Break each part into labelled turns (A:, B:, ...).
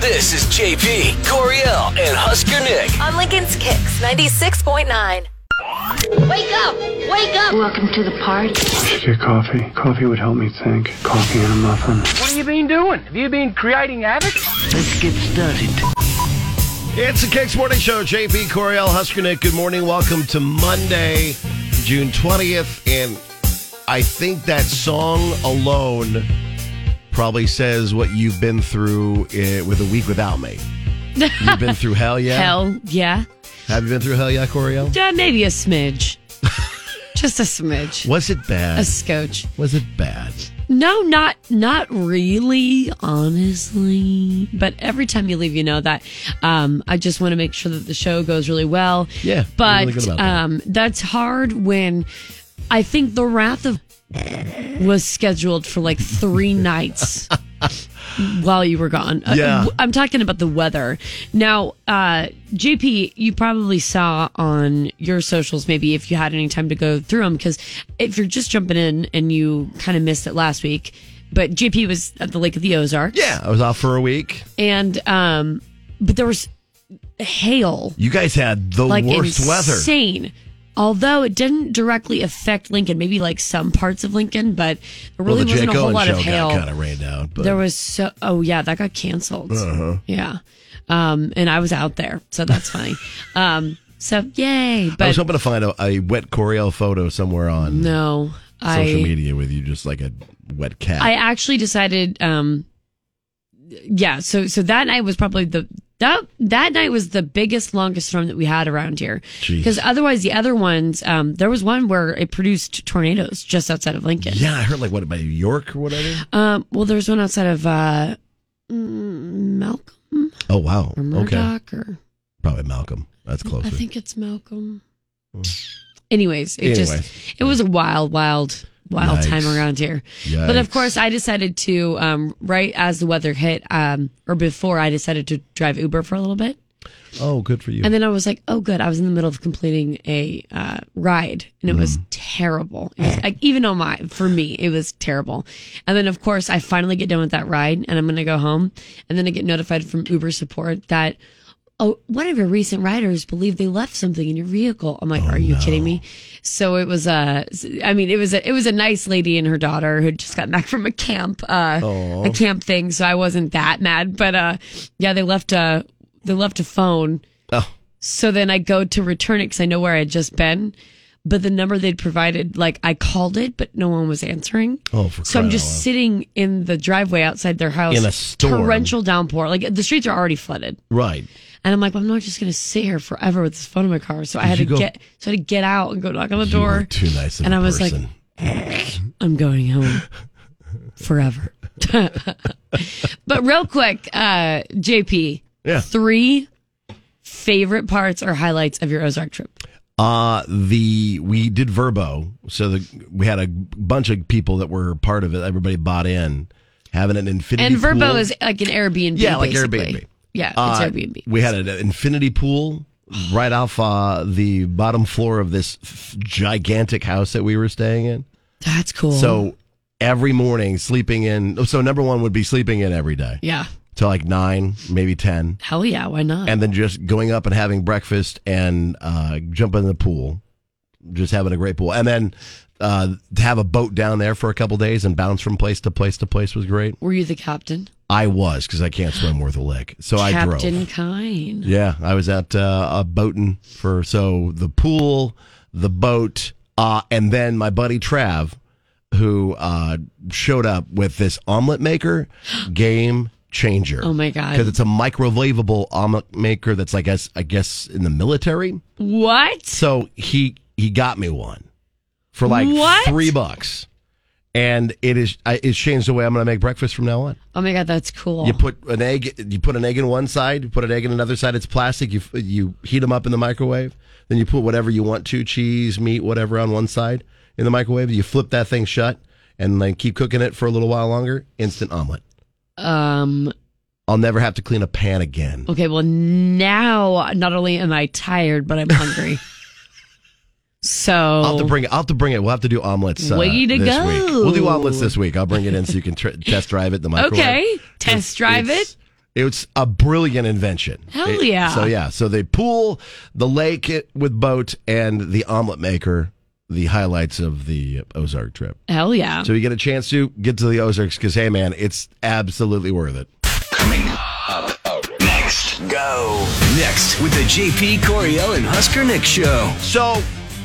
A: This is JP, Coriel, and Husker Nick.
B: on Lincoln's Kicks 96.9.
C: Wake up! Wake up!
D: Welcome to the party.
E: Your coffee. Coffee would help me think. Coffee and a muffin.
F: What have you been doing? Have you been creating havoc?
G: It's the Kicks Morning Show. JP Coriel Husker Nick. Good morning. Welcome to Monday, June twentieth, and I think that song alone probably says what you've been through eh, with a week without me. You've been through hell yet?
H: Hell yeah.
G: Have you been through hell yet, Coriel?
H: Yeah, maybe a smidge. Just a smidge.
G: Was it
H: A
G: bad?
H: scotch.
G: Was it bad?
H: No, not not really, honestly. But every time you leave, you know that. Um, I just want to make sure that the show goes really well.
G: Yeah, you're
H: but
G: really good about that.
H: um, that's hard when I think the Wrath of was scheduled for like three nights while you were gone. Uh,
G: Yeah.
H: I'm talking about the weather. Now, uh, JP, you probably saw on your socials, maybe if you had any time to go through them, because if you're just jumping in and you kind of missed it last week, but JP was at the Lake of the Ozarks.
G: Yeah, I was off for a week.
H: And, um, but there was hail
G: You guys had the
H: like
G: worst weather.
H: insane. Although it didn't directly affect Lincoln, maybe like some parts of Lincoln, but there
G: Well,
H: really
G: the
H: wasn't
G: Jake
H: a whole
G: Owen
H: lot
G: show
H: of hail.
G: got kind of rained out, but Uh-huh.
H: There was so oh yeah, that got canceled. Yeah, um, and I was out there, so that's funny. um, so yay,
G: I was
H: but
G: hoping to find a, a wet Coriel photo somewhere on
H: no,
G: social
H: I
G: media with you, just like a wet cat.
H: I actually decided. Um, yeah, so so that night was probably the that that night was the biggest longest storm that we had around here
G: Jeez.
H: because otherwise the other ones um, there was one where it produced tornadoes just outside of Lincoln.
G: yeah, I heard like what about York or whatever.
H: Um, well, there's one outside of uh, mm, Malcolm
G: Oh wow,
H: or
G: okay,
H: Murdoch or.
G: probably Malcolm. That's closer. Hmm.
H: I think it's Malcolm. Anyways, it
G: Anyway.
H: just it was a wild, wild, wild
G: Yikes.
H: time around here. But
G: Yikes.
H: of course, I decided to um, right as the weather hit, um, or before, I decided to drive Uber for a little bit,
G: oh, good for you.
H: and then I was like, "Oh, good!" I was in the middle of completing a uh, ride, and it was terrible. It was, like, even on my for me, it was terrible. And then, of course, I finally get done with that ride, and I'm going to go home, and then I get notified from Uber support that oh, one of your recent riders believe they left something in your vehicle. I'm like, are you kidding me? So it was a, I mean, it was a, it was a nice lady and her daughter who just got back from a camp, uh, a camp thing. So I wasn't that mad, but uh, yeah, they left a, they left a phone.
G: Oh.
H: So then I go to return it because I know where I had just been. But the number they'd provided, like I called it, but no one was answering.
G: Oh, for
H: so I'm
G: crying
H: just
G: out loud.
H: sitting in the driveway outside their house
G: In a storm.
H: torrential downpour. Like the streets are already flooded.
G: right.
H: And I'm like, well, I'm not just gonna sit here forever with this phone in my car. So I had
G: you
H: to
G: go-
H: get so I had to get out and go knock on the
G: You are
H: door.
G: too nice. Of
H: And
G: a
H: I was like-
G: person.
H: I'm going home forever. but real quick, uh, JP,
G: Yeah.
H: three favorite parts or highlights of your Ozark trip.
G: Uh the we did Verbo, so the we had a bunch of people that were part of it. Everybody bought in, having an infinity.
H: And Verbo
G: pool.
H: is like an Airbnb.
G: Yeah, like
H: basically.
G: Airbnb.
H: Yeah, it's
G: Uh,
H: Airbnb.
G: We had an infinity pool right off uh, the bottom floor of this f- gigantic house that we were staying in.
H: That's cool.
G: So every morning, sleeping in. So number one would be sleeping in every day
H: yeah,
G: till like nine, maybe ten,
H: hell yeah, why not?
G: and then just going up and having breakfast and uh, jumping in the pool, just having a great pool, and then. Uh, to have a boat down there for a couple days and bounce from place to place to place was great.
H: Were you the captain?
G: I was because I can't swim worth a lick, so I drove.
H: captain Kine.
G: Yeah, I was at uh, a boating for so the pool, the boat, uh, and then my buddy Trav, who uh, showed up with this omelet maker, game changer.
H: Oh my God.
G: Because it's a microwavable omelet maker that's I guess I guess in the military.
H: What?
G: So he he got me one for like
H: What?
G: three bucks, and it is I, it's changed the way I'm going to make breakfast from now on.
H: Oh my god, that's cool.
G: You put an egg. You put an egg in one side. You put an egg in another side. It's plastic. You you heat them up in the microwave. Then you put whatever you want to cheese, meat, whatever on one side in the microwave. You flip that thing shut and then keep cooking it for a little while longer. Instant omelet.
H: um.
G: I'll never have to clean a pan again.
H: Okay, well, now not only am I tired, but I'm hungry. so,
G: I'll have to bring it. I'll have to bring it. We'll have to do omelets. Uh,
H: Oh. Way to
G: this
H: go.
G: Week. We'll do omelets this week. I'll bring it in so you can tr- test drive it in the microwave.
H: okay, test drive
G: It's-
H: it.
G: It's a brilliant invention.
H: Hell
G: It-
H: yeah.
G: So yeah, so the pool, the lake it- with boat, and the omelet maker. The highlights of the Ozark trip.
H: Hell yeah.
G: So you get a chance to get to the Ozarks because hey man, it's absolutely worth it.
A: Coming up next. Go. Next with the JP Coriel and Husker Nick show.
G: So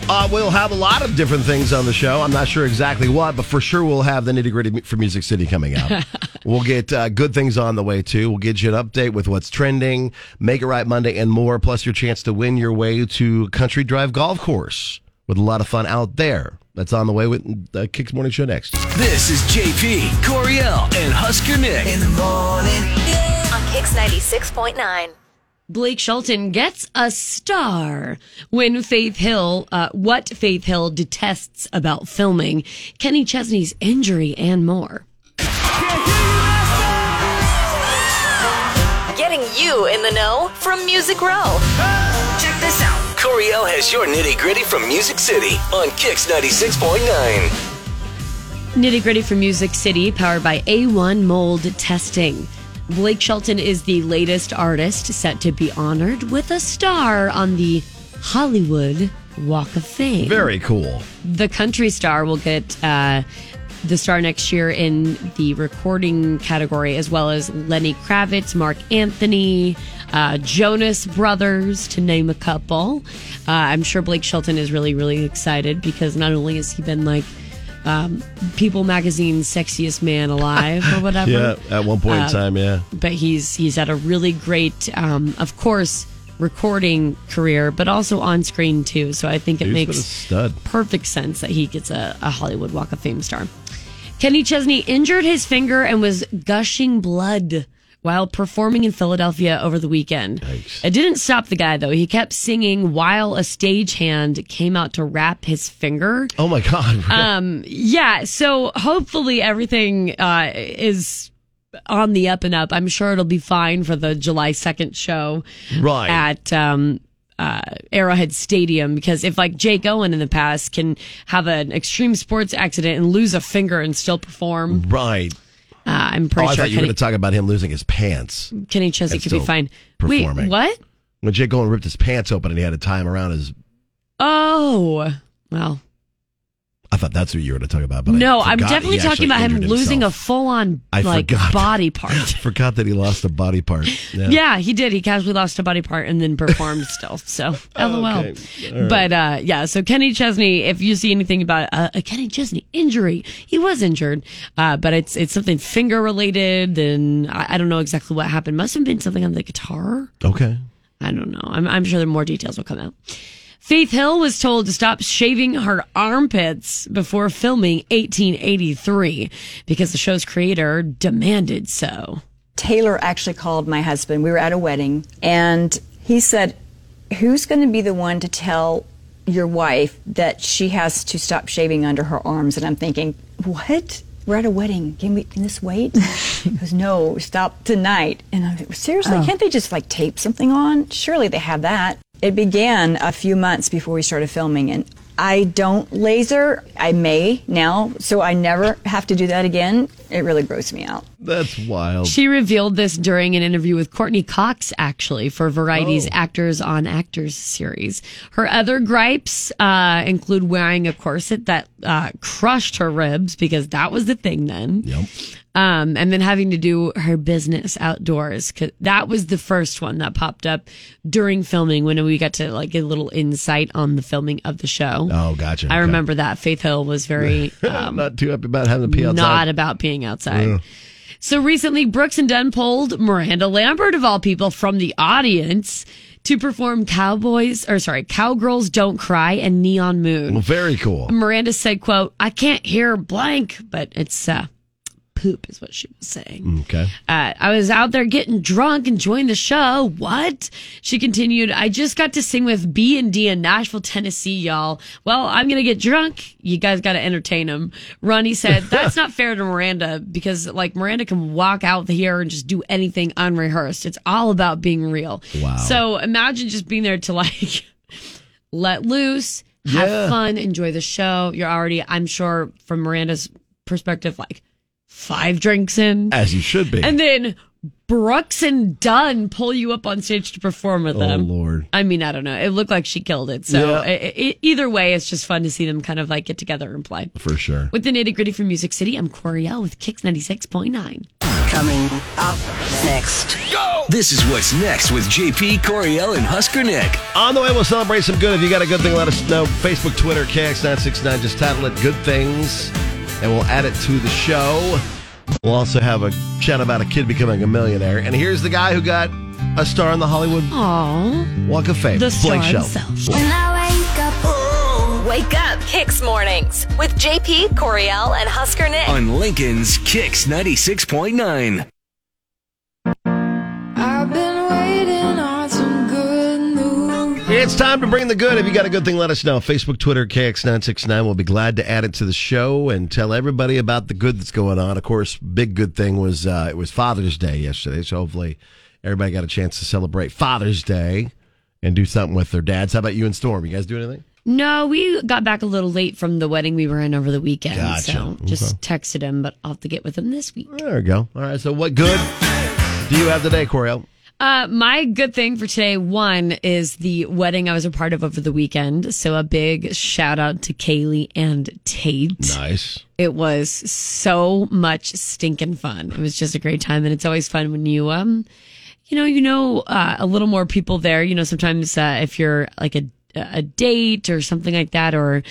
G: uh, we'll have a lot of different things on the show. I'm not sure exactly what, but for sure we'll have the nitty gritty for Music City coming up. we'll get uh, good things on the way too. We'll get you an update with what's trending, Make It Right Monday, and more. Plus your chance to win your way to Country Drive Golf Course with a lot of fun out there. That's on the way with uh, Kicks Morning Show next.
A: This is JP Coriel and Husker Nick. In the morning.
B: On Kicks 96.9.
H: Blake Shelton gets a star when Faith Hill, uh, what Faith Hill detests about filming, Kenny Chesney's injury and more.
B: Getting you in the know from Music Row. Check this out.
A: Coriel has your nitty gritty from Music City on Kix 96.9.
H: Nitty gritty for Music City, powered by A1 Mold Testing. Blake Shelton is the latest artist set to be honored with a star on the Hollywood Walk of Fame.
G: Very cool.
H: the country star will get uh, the star next year in the recording category, as well as Lenny Kravitz, Mark Anthony, uh, Jonas Brothers, to name a couple. Uh, I'm sure Blake Shelton is really, really excited because not only has he been like um, People Magazine's sexiest man alive or whatever,
G: Yeah, at one
H: Uh,
G: point in time, yeah.
H: but he's he's had a really great, um, of course, recording career, but also on screen too. So I think it
G: Dude's been
H: makes
G: a stud.
H: perfect sense that he gets a, a Hollywood Walk of Fame star. Kenny Chesney injured his finger and was gushing blood while performing in Philadelphia over the weekend. It didn't stop the guy though. He kept singing while a stagehand came out to wrap his finger.
G: Oh my God. really?
H: Yeah, so hopefully everything uh, is on the up and up. I'm sure it'll be fine for the July 2nd show
G: Right.
H: at um, uh, Arrowhead Stadium because if like Jake Owen in the past can have an extreme sports accident and lose a finger and still perform,
G: right.
H: uh, I'm
G: Oh,
H: Um, pretty
G: I thought you
H: sure
G: were
H: Kenny,
G: going to talk about him losing his pants.
H: Kenny Chesney
G: and
H: could be
G: still
H: fine.
G: performing.
H: Wait, what?
G: When Jake Owen ripped his pants open and he had to tie him around his
H: Oh, well,
G: I thought that's what you were going to talk about. But
H: no,
G: I
H: I'm
G: forgot
H: definitely
G: he actually
H: talking about him
G: injured
H: losing a
G: himself.
H: full-on
G: I
H: like
G: forgot.
H: body part.
G: forgot that he lost a body part.
H: Yeah, he did. He casually lost a body part and then performed still. So, lol. But uh, yeah, so Kenny Chesney. If you see anything about uh, a Kenny Chesney injury, he was injured, uh, but it's it's something finger related, and I, I don't know exactly what happened. Must have been something on the guitar.
G: Okay.
H: I don't know. I'm I'm sure there more details will come out. Faith Hill was told to stop shaving her armpits before filming 1883 because the show's creator demanded so.
D: Taylor actually called my husband. We were at a wedding, and he said, Who's going to be the one to tell your wife that she has to stop shaving under her arms? And I'm thinking, What? We're at a wedding. Can we? Can this wait? he goes, No, stop tonight. And I'm like, Seriously, can't they just like tape something on? Surely they have that. It began a few months before we started filming, and I don't laser. I may now, so I never have to do that again. It really grosses me out.
G: That's wild.
H: She revealed this during an interview with Courtney Cox, actually, for Variety's
G: Oh.
H: Actors on Actors series. Her other gripes uh, include wearing a corset that uh, crushed her ribs because that was the thing then.
G: Yep.
H: Um, and then having to do her business outdoors. 'cause that was the first one that popped up during filming when we got to like get a little insight on the filming of the show.
G: Oh, gotcha.
H: I
G: Okay.
H: remember that. Faith Hill was very
G: I'm not too happy about having to pee outside.
H: Um, not about being outside. So recently, Brooks and Dunn pulled Miranda Lambert, of all people, from the audience to perform Cowboys, or sorry, Cowgirls Don't Cry and Neon
G: well,
H: Moon.
G: very cool.
H: Miranda said, quote, I can't hear blank, but it's, uh, poop is what she was saying.
G: Okay.
H: Uh, I was out there getting drunk, enjoying the show. What? She continued, I just got to sing with B and D in Nashville, Tennessee, y'all. Well, I'm going to get drunk. You guys got to entertain them. Ronnie said, that's not fair to Miranda because like Miranda can walk out here and just do anything unrehearsed. It's all about being real.
G: Wow.
H: So imagine just being there to like let loose, have
G: Yeah.
H: fun, enjoy the show. You're already, I'm sure from Miranda's perspective, like five drinks in.
G: As you should be.
H: And then Brooks and Dunn pull you up on stage to perform with
G: Oh
H: them.
G: Lord.
H: I mean, I don't know. It looked like she killed it. So
G: Yeah.
H: i i either way, it's just fun to see them kind of like get together and play.
G: For sure.
H: With the nitty gritty from Music City, I'm Coriel with Kicks 96.9.
I: Coming up next.
A: This is what's next with JP Coriel and Husker Nick.
G: On the way, we'll celebrate some good. If you got a good thing, let us know. Facebook, Twitter, KX969. Just title it Good Things, and we'll add it to the show. We'll also have a chat about a kid becoming a millionaire. And here's the guy who got a star on the Hollywood
H: Aww.
G: Walk of Fame.
H: The
G: Blake
H: star
G: Shelton.
H: himself.
B: Wake up, Kicks Mornings with JP, Coriel, and Husker Nick.
A: On Lincoln's Kicks 96.9.
G: It's time to bring the good. If you got a good thing, let us know. Facebook, Twitter, KX969. We'll be glad to add it to the show and tell everybody about the good that's going on. Of course, big good thing was uh, it was Father's Day yesterday, so hopefully everybody got a chance to celebrate Father's Day and do something with their dads. How about you and Storm? You guys do anything?
H: No, we got back a little late from the wedding we were in over the weekend.
G: Gotcha.
H: So just texted him, but I'll have to get with him this week.
G: There we go. All right. So what good do you have today, Coriel?
H: Uh, my good thing for today, one, is the wedding I was a part of over the weekend. So a big shout out to Kaylee and Tate.
G: Nice.
H: It was so much stinking fun. It was just a great time, and it's always fun when you um, you know, you know, uh, a little more people there. You know, sometimes uh, if you're like a a date or something like that, or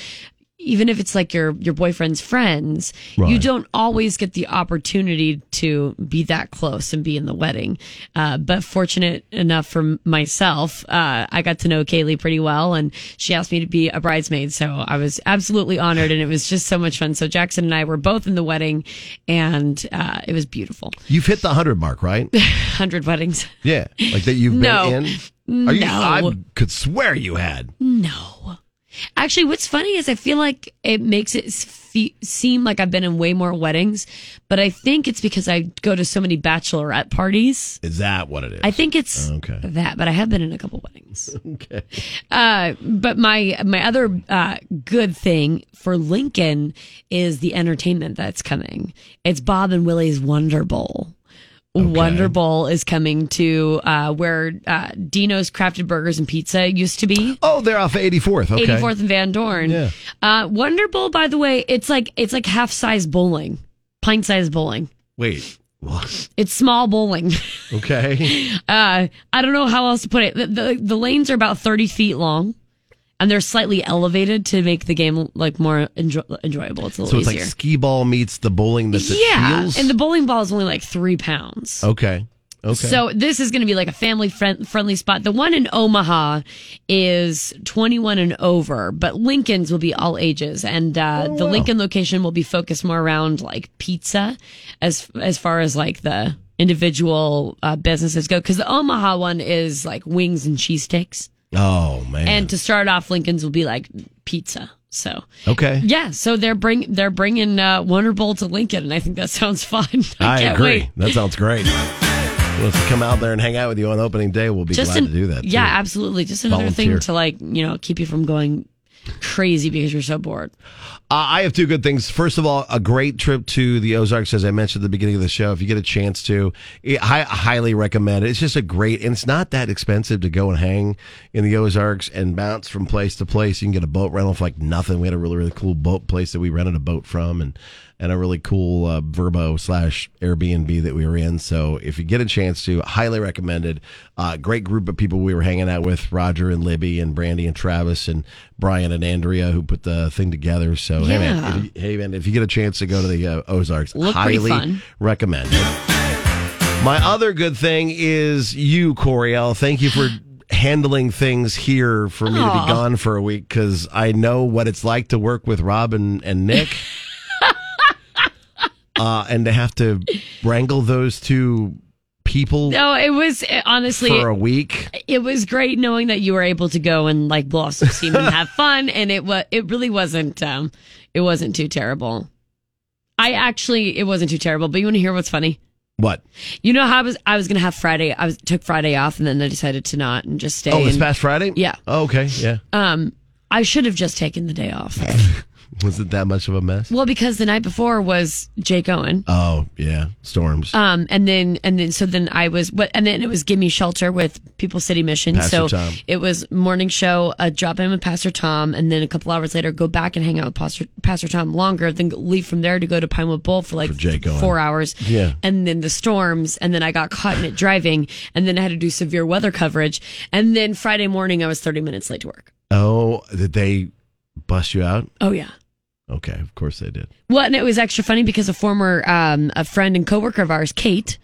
H: even if it's like your your boyfriend's friends, you
G: Right.
H: don't always get the opportunity to be that close and be in the wedding. Uh, but fortunate enough for myself, uh, I got to know Kaylee pretty well, and she asked me to be a bridesmaid, so I was absolutely honored, and it was just so much fun. So Jackson and I were both in the wedding, and uh, it was beautiful.
G: You've hit the 100 mark, right?
H: Hundred weddings.
G: Yeah. Like that you've
H: No.
G: been in? Are you,
H: No.
G: I could swear you had.
H: No. Actually, what's funny is I feel like it makes it fe- seem like I've been in way more weddings, but I think it's because I go to so many bachelorette parties.
G: Is that what it is?
H: I think it's
G: Okay.
H: that, but I have been in a couple weddings.
G: Okay.
H: Uh, but my my other uh, good thing for Lincoln is the entertainment that's coming. It's Bob and Willie's Wonder Bowl. Wonder Bowl is coming to uh, where uh, Dino's Crafted Burgers and Pizza used to be.
G: Oh, they're off 84th. Okay.
H: 84th and Van Dorn.
G: Yeah.
H: Uh, Wonder Bowl, by the way, it's like it's like half size bowling, pint size bowling.
G: Wait. What?
H: It's small bowling.
G: Okay.
H: Uh, I don't know how else to put it. The, the the lanes are about 30 feet long, and they're slightly elevated to make the game like more enjo- enjoyable. It's a
G: So
H: little
G: it's like
H: easier.
G: skee ball meets the bowling that's at
H: yeah,
G: Shields?
H: and the bowling ball is only like three pounds.
G: okay. Okay.
H: So this is going to be like a family friend- friendly spot. The one in Omaha is 21 and over, but Lincoln's will be all ages, and uh,
G: Oh,
H: the Lincoln location will be focused more around like pizza, as as far as like the individual uh, businesses go. Because the Omaha one is like wings and cheesesteaks,
G: oh man.
H: and to start off, Lincoln's will be like pizza. So
G: okay.
H: yeah, so they're bring they're bringing uh, Wonder Bowl to Lincoln, and I think that sounds fun. I,
G: I
H: can't
G: agree.
H: wait.
G: That sounds great. Well, if you come out there and hang out with you on opening day, we'll be glad
H: an-
G: to do that.
H: Yeah,
G: too.
H: absolutely. Just another
G: Volunteer.
H: thing to like, you know, keep you from going crazy because you're so bored.
G: Uh, I have two good things. First of all, a great trip to the Ozarks, as I mentioned at the beginning of the show. If you get a chance to, it, I highly recommend it. It's just a great, and it's not that expensive to go and hang in the Ozarks and bounce from place to place. You can get a boat rental for like nothing. We had a really, really cool boat place that we rented a boat from, and and a really cool uh, Verbo slash Airbnb that we were in. So if you get a chance to, highly recommended. Uh, great group of people we were hanging out with: Roger and Libby and Brandy and Travis and Brian and Andrea, who put the thing together. So Oh, hey
H: Yeah.
G: man, if you, hey man, if you get a chance to go to the uh, Ozarks,
H: Looked pretty
G: highly
H: fun.
G: recommend. it. My other good thing is you, Coriel. Thank you for. Handling things here for me to
H: Aw.
G: be gone for a week because I know what it's like to work with Rob and, and Nick uh, and to have to wrangle those two people
H: No, it was eh, honestly
G: for a week.
H: it was great knowing that you were able to go and like blossom seem and have fun and it was it really wasn't um it wasn't too terrible. I actually it wasn't too terrible, but you want to hear what's funny?
G: What?
H: You know how I was I was going to have Friday I was took Friday off and then I decided to not and just stay
G: Oh, this
H: and-
G: past Friday?
H: Yeah.
G: Oh, okay. Yeah.
H: um I should have just taken the day off.
G: Was it that much of a mess?
H: Well, because the night before was Jake Owen.
G: Oh yeah, storms.
H: Um, and then and then so then I was what and then it was Give Me Shelter with People City Mission.
G: Pastor
H: so
G: Tom.
H: it was morning show, a drop in with Pastor Tom, and then a couple hours later go back and hang out with Pastor, Pastor Tom longer, then leave from there to go to Pinewood Bowl for like
G: For Jake Owen.
H: four hours.
G: Yeah.
H: And then the storms, and then I got caught in it driving, and then I had to do severe weather coverage, and then Friday morning I was thirty minutes late to work.
G: oh, did they bust you out?
H: Oh yeah.
G: Okay, of course they did.
H: Well, and it was extra funny because a former um, a friend and coworker of ours, Kate,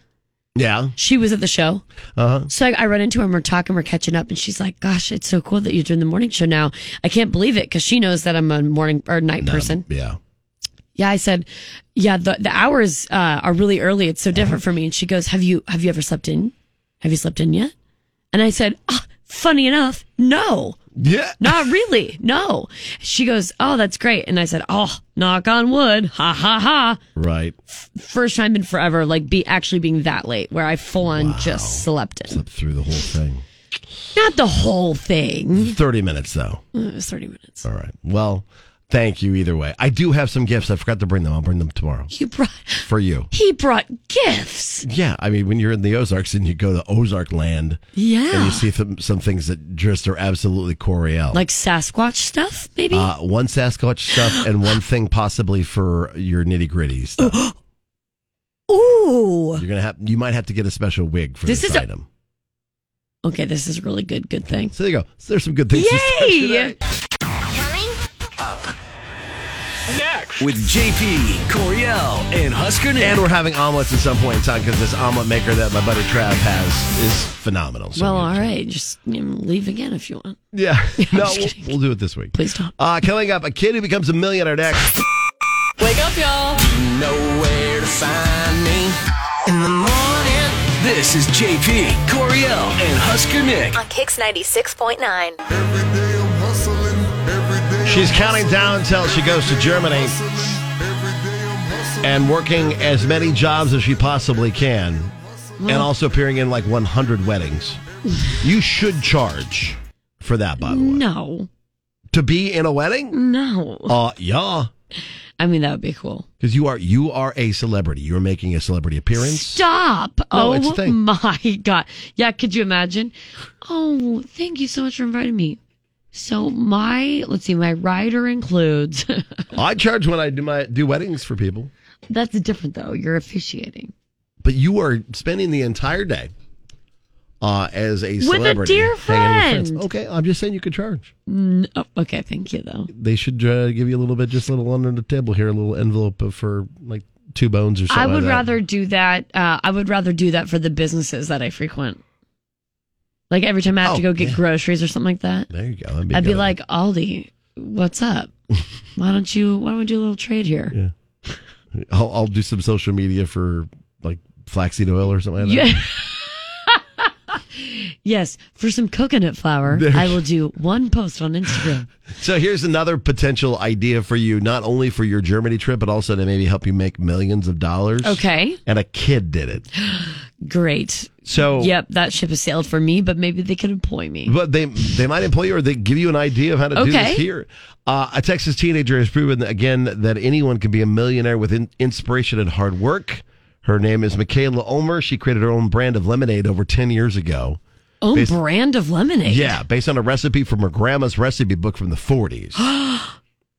G: Yeah.
H: she was at the show.
G: Uh huh.
H: So I, I run into her and we're talking, we're catching up, and she's like, "Gosh, it's so cool that you're doing the morning show now. I can't believe it because she knows that I'm a morning or night person."
G: Yeah.
H: Yeah, I said, "Yeah, the the hours uh, are really early. It's so different for me." And she goes, "Have you have you ever slept in? Have you slept in yet?" And I said, Ah, "Funny enough, no."
G: Yeah.
H: Not really. No. She goes, Oh, that's great. And I said, Oh, knock on wood. Ha ha ha.
G: Right.
H: First time in forever, like be actually being that late where I full on just slept in.
G: Slept through the whole thing.
H: Not the whole thing.
G: Thirty minutes though.
H: It was 30 minutes.
G: All right. Well, thank you either way. I do have some gifts. I forgot to bring them. I'll bring them tomorrow
H: You brought,
G: for you.
H: he brought gifts.
G: Yeah, I mean, when you're in the Ozarks and you go to Ozark Land, and
H: Yeah.
G: you see some some things that just are absolutely Coriel.
H: Like Sasquatch stuff, maybe?
G: uh, one Sasquatch stuff and one thing possibly for your nitty gritty stuff.
H: Ooh.
G: You're gonna have you might have to get a special wig for this,
H: This is a-
G: item.
H: Okay, this is really good, good thing.
G: So there you go. So there's some good things. to start today.
H: Yay!
C: Coming
A: With JP, Coriel, and Husker Nick.
G: And we're having omelets at some point in time because this omelet maker that my buddy Trav has is phenomenal. So
H: Well,
G: we'll-
H: all right. Just you know, leave again if you want.
G: Yeah. No,
H: just
G: we'll,
H: kidding.
G: we'll do it this week.
H: Please don't.
G: Uh, coming up, a kid who becomes a millionaire next.
H: Wake up, y'all.
A: know where to find me in the morning. This is JP, Coriel, and Husker Nick.
B: on Kix 96.9.
G: She's counting down until she goes to Germany and working as many jobs as she possibly can and also appearing in like 100 weddings. you should charge for that, by the way.
H: No,
G: To be in a wedding?
H: no.
G: Uh, yeah.
H: I mean, that would be cool.
G: Because you are you are a celebrity. You're making a celebrity appearance.
H: Stop.
G: No,
H: oh,
G: it's a thing.
H: my God. Yeah, could you imagine? Oh, thank you so much for inviting me. So, my, let's see, my rider includes,
G: I charge when I do my do weddings for people,
H: that's different though. You're officiating.
G: but you are spending the entire day uh, as a celebrity
H: dear
G: hanging with
H: friend.
G: Okay, I'm just saying you could charge.
H: N- oh, okay, thank you though.
G: They should uh, give you a little bit, just a little under the table here, a little envelope of- for like two bones or something.
H: I would
G: like that.
H: rather do that. Uh, I would rather do that for the businesses that I frequent. Like every time I have
G: Oh,
H: to go get
G: yeah.
H: groceries or something like that,
G: There you go. That'd be
H: I'd be
G: good.
H: like, Aldi, what's up? why don't you, why don't we do a little trade here?
G: I'll, I'll do some social media for like flaxseed oil or something. Like that.
H: Yeah. yes, for some coconut flour, I will do one post on Instagram.
G: So here's another potential idea for you, not only for your Germany trip, but also to maybe help you make millions of dollars.
H: Okay,
G: And a kid did it.
H: great.
G: So
H: Yep, that ship has sailed for me, but maybe they could employ me.
G: But they they might employ you or they give you an idea of how to do
H: Okay.
G: this here. Uh, a Texas teenager has proven again that anyone can be a millionaire with in- inspiration and hard work. Her name is Michaela Ulmer. She created her own brand of lemonade over 10 years ago.
H: Own
G: basi-
H: brand of lemonade.
G: Yeah, based on a recipe from her grandma's recipe book from the 40s.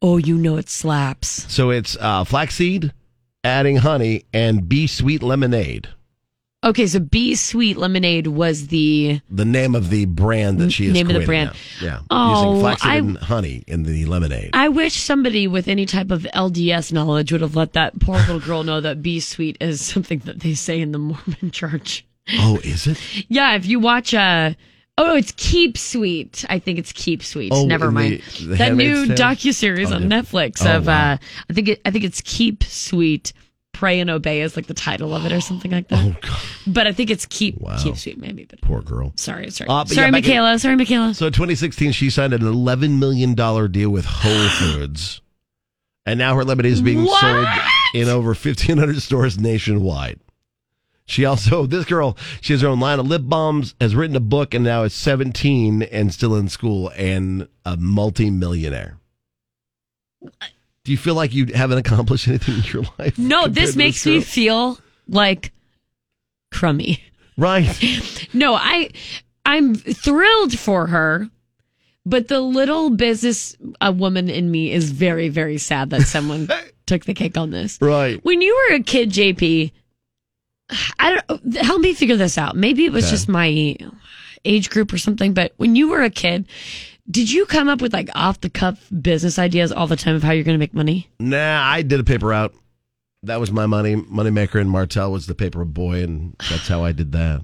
H: Oh, you know it slaps.
G: so it's uh, flaxseed, adding honey, and bee sweet lemonade,
H: Okay, so Bee Sweet Lemonade was the
G: the name of the brand that she is
H: Name of the
G: creating
H: brand.
G: now. Yeah, using
H: Oh,
G: flaxseed
H: I-
G: and honey in the lemonade.
H: I wish somebody with any type of LDS knowledge would have let that poor little girl know that bee sweet is something that they say in the Mormon church.
G: oh, is it?
H: Yeah, if you watch uh oh, it's Keep Sweet. I think it's Keep Sweet.
G: Oh,
H: Never
G: in the-
H: mind.
G: the
H: that new
G: Handmaid's Tale?
H: docu series
G: Oh,
H: on
G: yeah.
H: Netflix
G: Oh,
H: of
G: wow.
H: uh I think it, I think it's Keep Sweet. Pray and obey is like the title of it or something like that.
G: Oh, God.
H: But I think it's keep
G: Wow.
H: keep sweet maybe. But
G: Poor girl.
H: sorry, sorry,
G: Uh, but
H: sorry,
G: yeah, back in-
H: Michaela. sorry, Michaela.
G: So in 2016, she signed an 11 million dollar deal with Whole Foods, and now her lemonade is being
H: What?
G: sold in over 1,500 stores nationwide. She also, this girl, she has her own line of lip balms, has written a book, and now is 17 and still in school and a multi-millionaire. Do you feel like you haven't accomplished anything in your life?
H: No,
G: compared
H: this
G: to
H: makes me
G: group?
H: feel like crummy.
G: right.
H: No, I I'm thrilled for her, but the little business uh, woman in me is very very sad that someone took the cake on this.
G: Right.
H: When you were a kid, JP, I don't help me figure this out. Maybe it was just my age group or something, but when you were a kid, did you come up with like off the cuff business ideas all the time of how you're going to make money?
G: Nah, I did a paper route. That was my money moneymaker, and Martel was the paper boy, and that's how I did that.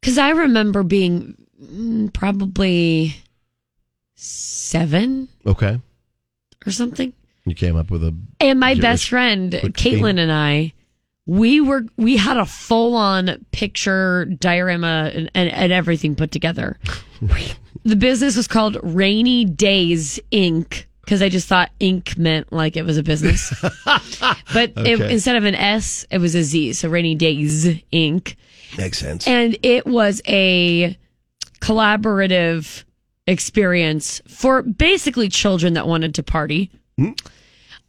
H: Because I remember being mm, probably seven
G: Okay,
H: or something.
G: you came up with a
H: And my
G: Jewish
H: best friend,
G: quick
H: Caitlin,
G: theme.
H: and I, we were we had a full on picture diorama and, and, and everything put together. the business was called Rainy Days Inc. Because I just thought Inc. meant like it was a business, but it,
G: Okay.
H: instead of an S, it was a Z. So Rainy Days Inc.
G: makes sense.
H: And it was a collaborative experience for basically children that wanted to party.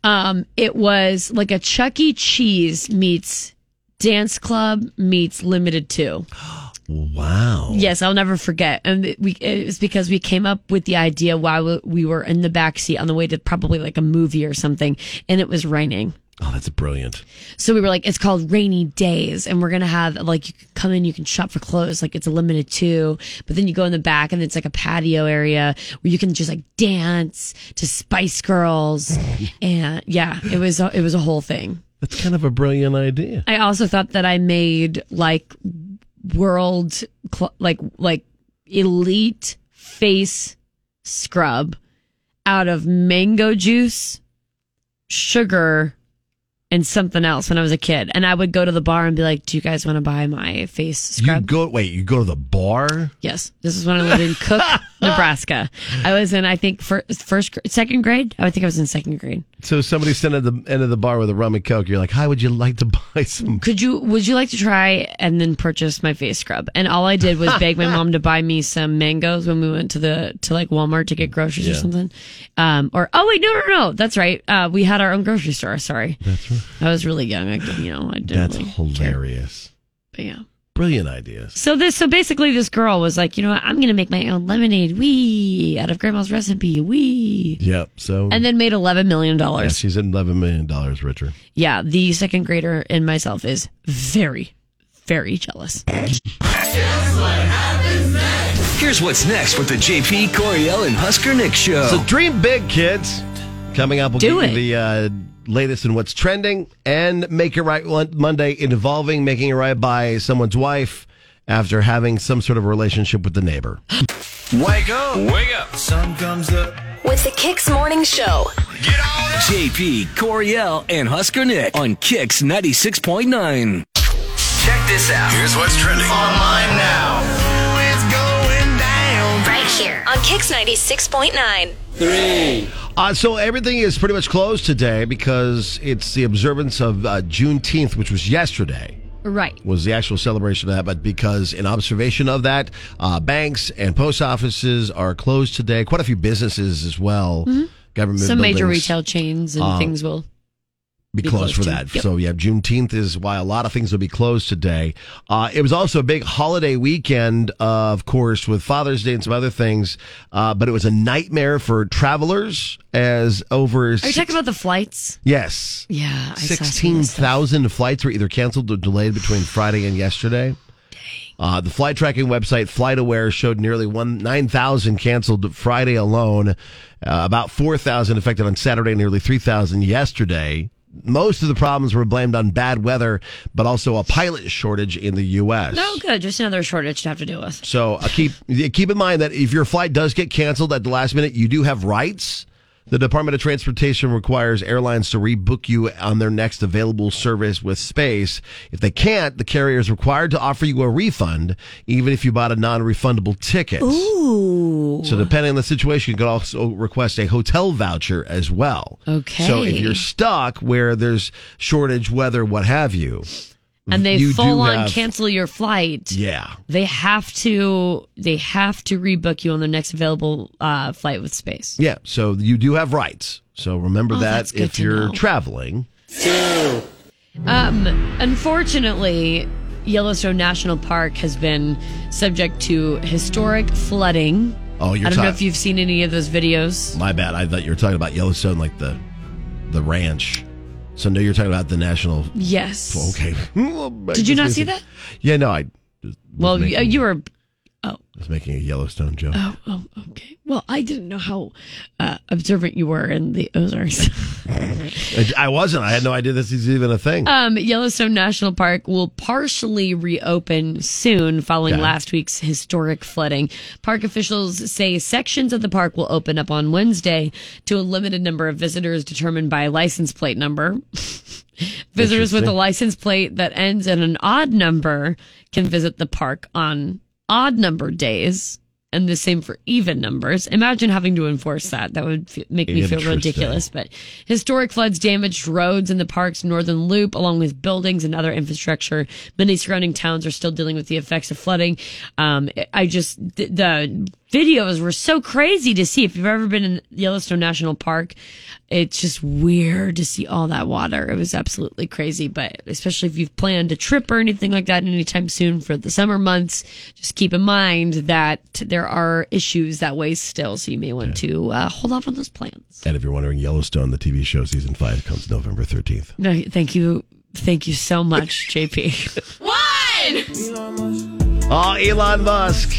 H: Um, it was like a Chuck E. Cheese meets dance club meets limited two.
G: wow.
H: Yes, I'll never forget. And it- we it was because we came up with the idea while we were in the back seat on the way to probably like a movie or something, and it was raining.
G: Oh, that's brilliant.
H: So we were like, it's called rainy days, and we're gonna have like you can come in, you can shop for clothes, like it's a limited two, but then you go in the back and it's like a patio area where you can just like dance to Spice Girls, and yeah, it was it was a whole thing.
G: That's kind of a brilliant idea.
H: I also thought that I made like world cl- like like elite face scrub out of mango juice, sugar, and something else when I was a kid. And I would go to the bar and be like, "Do you guys want to buy my face
G: You
H: scrub?"
G: go wait. You go to the bar.
H: yes. This is when I lived in Cook, Nebraska. I was in I think fir- first gr- second grade. I think I was in second grade.
G: So somebody sitting at the end of the bar with a rum and coke. You're like, "Hi, would you like to buy some?"
H: could you would you like to try and then purchase my face scrub and all i did was beg my mom to buy me some mangoes when we went to the to like walmart to get groceries or
G: Mm, Yeah.
H: something um or oh wait no no no that's right uh we had our own grocery store sorry
G: That's right.
H: i was really young i you know i didn't
G: That's
H: really care.
G: hilarious.
H: But yeah
G: Brilliant ideas.
H: so this so basically this girl was like you know what i'm gonna make my own lemonade wee out of grandma's recipe wee
G: Yep. So
H: and then made 11 million
G: yeah,
H: dollars
G: she's at eleven million dollars richer.
H: yeah the second grader in myself is very very jealous
A: Here's what's next with the JP Coriel and Husker Nick show.
G: So dream big, kids. Coming up, we'll
H: Do
G: give
H: it.
G: you the uh, latest in what's trending and Make It Right Mon- Monday involving making it right by someone's wife after having some sort of relationship with the neighbor.
A: wake up, wake up. Sun comes up.
B: With the Kicks Morning Show.
A: Get on up. JP Coriel and Husker Nick on Kicks 96.9. Check this out. Here's what's trending online now. It's going down.
C: Right here.
B: On Kicks 96.9.
G: Uh, so everything is pretty much closed today because it's the observance of uh, Juneteenth, which was yesterday.
H: right
G: was the actual celebration of that, but because in observation of that, uh, banks and post offices are closed today. Quite a few businesses as well. Government
H: Mm-hmm. some major
G: buildings Um,
H: retail chains and things will.
G: be
H: be
G: closed,
H: closed
G: for
H: too.
G: that.
H: Yep.
G: So yeah, Juneteenth is why a lot of things will be closed today. Uh, it was also a big holiday weekend, uh, of course, with Father's Day and some other things. Uh, but it was a nightmare for travelers as over.
H: Are you talking about the flights?
G: yes,
H: Yeah, I saw some of
G: Sixteen
H: this stuff.
G: thousand flights were either canceled or delayed between Friday and yesterday. Uh, the flight tracking website FlightAware showed nearly one nine thousand canceled Friday alone, uh, about four thousand affected on Saturday, nearly three thousand yesterday. Most of the problems were blamed on bad weather, but also a pilot shortage in the U.S.
H: No, good. Just another shortage to have to deal with.
G: So uh, keep keep in mind that if your flight does get canceled at the last minute, you do have rights. The Department of Transportation requires airlines to rebook you on their next available service with space. If they can't, the carrier is required to offer you a refund, even if you bought a non-refundable ticket.
H: Ooh.
G: So depending on the situation, you can also request a hotel voucher as well.
H: Okay.
G: So if you're stuck where there's shortage, weather, what have you,
H: and they
G: You do
H: full on
G: have-
H: cancel your flight,
G: Yeah.
H: they have to they have to rebook you on their next available uh, flight with space.
G: Yeah. So you do have rights. So remember
H: Oh,
G: that
H: that's good
G: if
H: to
G: you're
H: know.
G: traveling.
H: Um, unfortunately, Yellowstone National Park has been subject to historic flooding.
G: Oh, you're
H: I don't know
G: talking.
H: if you've seen any of those videos.
G: My bad. I thought you were talking about Yellowstone, like the the ranch. So no, you're talking about the national.
H: Yes.
G: Okay.
H: Did you not see that?
G: Yeah. No, I. was
H: Well, you, uh,
G: making,
H: you were.
G: was making a Yellowstone joke.
H: Oh, oh, okay. Well, I didn't know how uh, observant you were in the Ozarks.
G: I wasn't. I had no idea this is even a thing.
H: um, Yellowstone National Park will partially reopen soon following
G: Okay.
H: last week's historic flooding. Park officials say sections of the park will open up on Wednesday to a limited number of visitors determined by license plate number. visitors with a
G: Interesting.
H: license plate that ends in an odd number can visit the park on odd number days. And the same for even numbers. Imagine having to enforce that. That would f- make me feel
G: Interesting.
H: ridiculous. But historic floods damaged roads in the park's northern loop, along with buildings and other infrastructure. Many surrounding towns are still dealing with the effects of flooding. Um, I just, th- the videos were so crazy to see. If you've ever been in Yellowstone National Park, it's just weird to see all that water. It was absolutely crazy. But especially if you've planned a trip or anything like that anytime soon for the summer months, just keep in mind that there are issues that way still. So you may want to uh, hold off on those plans.
G: and if you're wondering, Yellowstone, the TV show season five comes November 13th.
H: No, thank you. Thank you so much, JP.
G: Oh, Elon Musk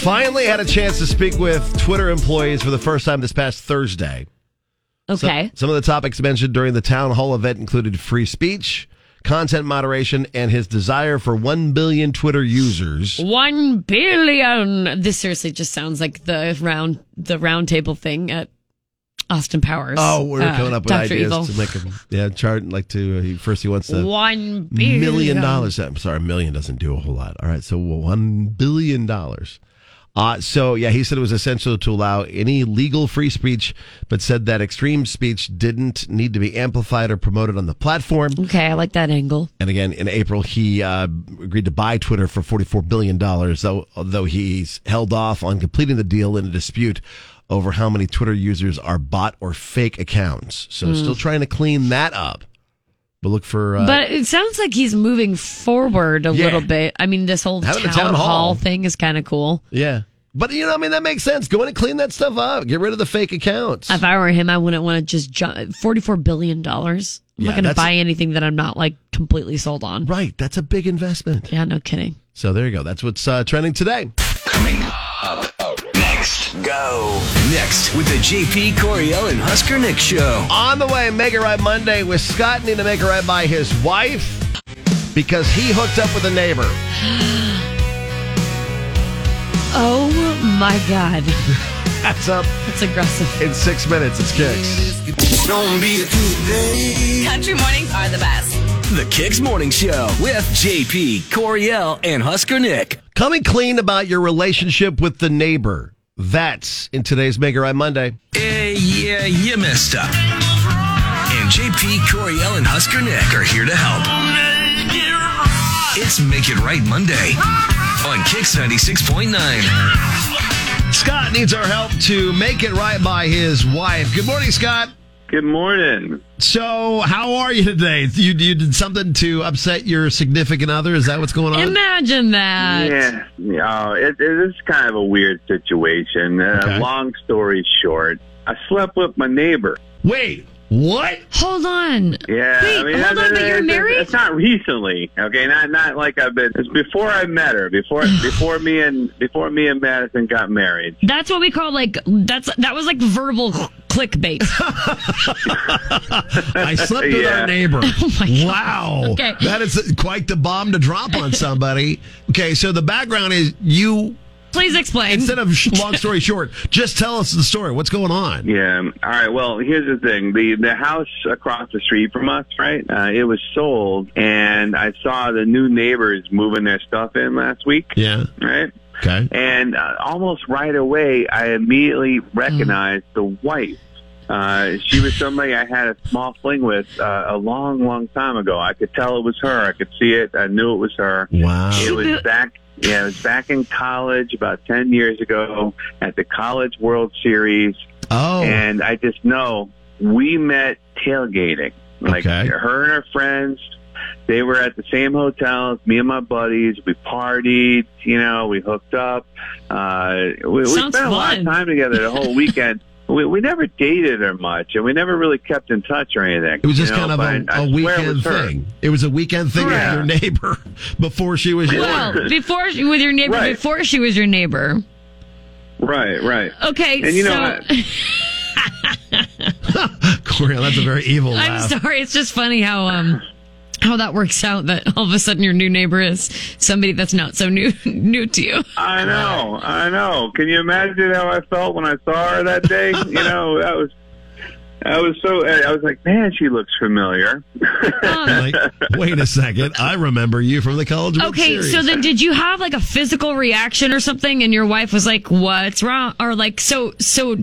G: finally had a chance to speak with Twitter employees for the first time this past Thursday. So-
H: Okay.
G: some of the topics mentioned during the town hall event included free speech, content moderation, and his desire for 1 billion Twitter users.
H: One billion. This seriously just sounds like the round the round table thing at Austin Powers.
G: Oh, we're
H: Uh,
G: coming up with
H: Dr.
G: ideas
H: Evil.
G: to make a yeah chart. Like to uh, he, first he wants to
H: One billion
G: million dollars. I'm sorry, a million doesn't do a whole lot. All right, so one billion dollars. Uh, so yeah, he said it was essential to allow any legal free speech, but said that extreme speech didn't need to be amplified or promoted on the platform.
H: Okay, I like that angle.
G: And again, in April, he uh, agreed to buy Twitter for forty-four billion dollars, though though he's held off on completing the deal in a dispute over how many Twitter users are bot or fake accounts. So still trying to clean that up. But look for uh,
H: But it sounds like he's moving forward a
G: Yeah.
H: little bit. I mean, this whole
G: Having a
H: town,
G: town
H: hall.
G: hall.
H: thing is kind of cool.
G: Yeah. But you know, I mean, that makes sense. Go in and clean that stuff up. Get rid of the fake accounts.
H: If I were him, I wouldn't want to just jump. Forty-four billion dollars. I'm
G: Yeah,
H: not going to
G: that's-
H: buy anything that I'm not like completely sold on.
G: right. That's a big investment.
H: Yeah, no kidding.
G: So there you go. That's what's uh, trending today.
A: Coming up next. Go. Next with the JP Coriel and Husker Nick show.
G: On the way, Make It Right Monday with Scott needing to make it right by his wife because he hooked up with a neighbor.
H: Oh my god,
G: That's up
H: that's aggressive.
G: in six minutes. It's kicks.
A: Don't be
B: Country mornings are the best.
A: The Kicks Morning Show with JP Coriel and Husker Nick.
G: Coming clean about your relationship with the neighbor. That's in today's Make It Right Monday.
A: Eh, yeah, you messed up. And JP Coriel and Husker Nick are here to help. It's Make It Right Monday on Kicks 96.9.
G: Scott needs our help to make it right by his wife. Good morning, Scott.
J: Good morning.
G: So, how are you today? You, you did something to upset your significant other? Is that what's going on?
H: Imagine that.
J: Yeah, no, it, it is kind of a weird situation. Uh,
G: Okay.
J: Long story short, I slept with my neighbor.
G: Wait, what?
H: Hold on.
J: Yeah,
H: Wait,
J: I mean,
H: hold
J: that-
H: on, but
J: that-
H: you're
J: that's-
H: married?
J: It's not recently, okay? Not not like I've been. It's before I met her. Before before me and before me and Madison got married.
H: That's what we call like that's that was like verbal clickbait.
G: I slept with
J: Yeah.
G: our neighbor.
H: Oh my God.
G: Wow.
H: Okay.
G: That is quite the bomb to drop on somebody. Okay, so the background is you,
H: Please explain.
G: instead of sh- long story short, just tell us the story. What's going on?
J: Yeah. um, All right. Well, here's the thing: the the house across the street from us, right? Uh, it was sold, and I saw the new neighbors moving their stuff in last week.
G: Yeah.
J: Right.
G: Okay.
J: And uh, almost right away, I immediately recognized the wife Uh, she was somebody I had a small fling with uh, a long, long time ago. I could tell it was her. I could see it. I knew it was her.
G: Wow.
J: It was back. Yeah, it was back in college about ten years ago at the College World Series.
G: Oh.
J: And I just know we met tailgating. Like
G: Okay.
J: her and her friends, they were at the same hotel. Me and my buddies, we partied. You know, we hooked up. Uh, we, we
H: Sounds
J: spent a lot of
H: fun.
J: time together the whole weekend. We, we never dated her much, and we never really kept in touch or anything.
G: It was
J: you
G: just
J: know,
G: kind of
J: but I
G: a, a
J: swear it
G: weekend
J: was her.
G: thing. It was a weekend thing
J: Yeah.
G: with your neighbor before she was your
H: Well, before she, with your neighbor,
J: Right.
H: before she was your neighbor.
J: Right, right.
H: Okay,
J: and you know,
H: so
J: I-
G: Coriel, that's a very evil
H: I'm
G: laugh.
H: sorry. It's just funny how um how that works out. That all of a sudden your new neighbor is somebody that's not so new new to you.
J: I know, Oh, I know. Can you imagine how I felt when I saw her that day? you know, that was. I was so I was like, man, she looks familiar. Um,
G: Like, wait a second. I remember you from the college. World
H: Okay,
G: Series.
H: so then did you have like a physical reaction or something? And your wife was like, "What's wrong?" Or like, so so.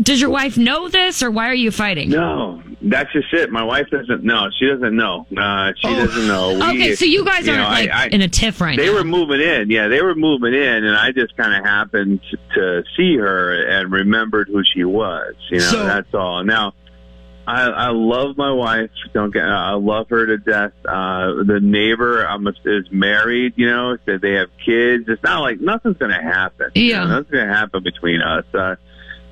H: Does your wife know this, or why are you fighting?
J: No, that's just it. My wife doesn't know. She doesn't know. Uh, she doesn't know. We-
H: Okay, so you guys
J: know,
H: aren't
J: I-
H: like
J: I-
H: in a tiff right
J: they
H: now.
J: were moving in. Yeah, they were moving in, and I just kind of happened t- to see her and remembered who she was. You know,
G: So-
J: that's all. Now, I, I love my wife. Don't get. I love her to death. Uh, the neighbor I'm, a- is married. You know, so they have kids. It's not like nothing's going to happen. You
H: Yeah.
J: know, nothing's going to happen between us. Uh,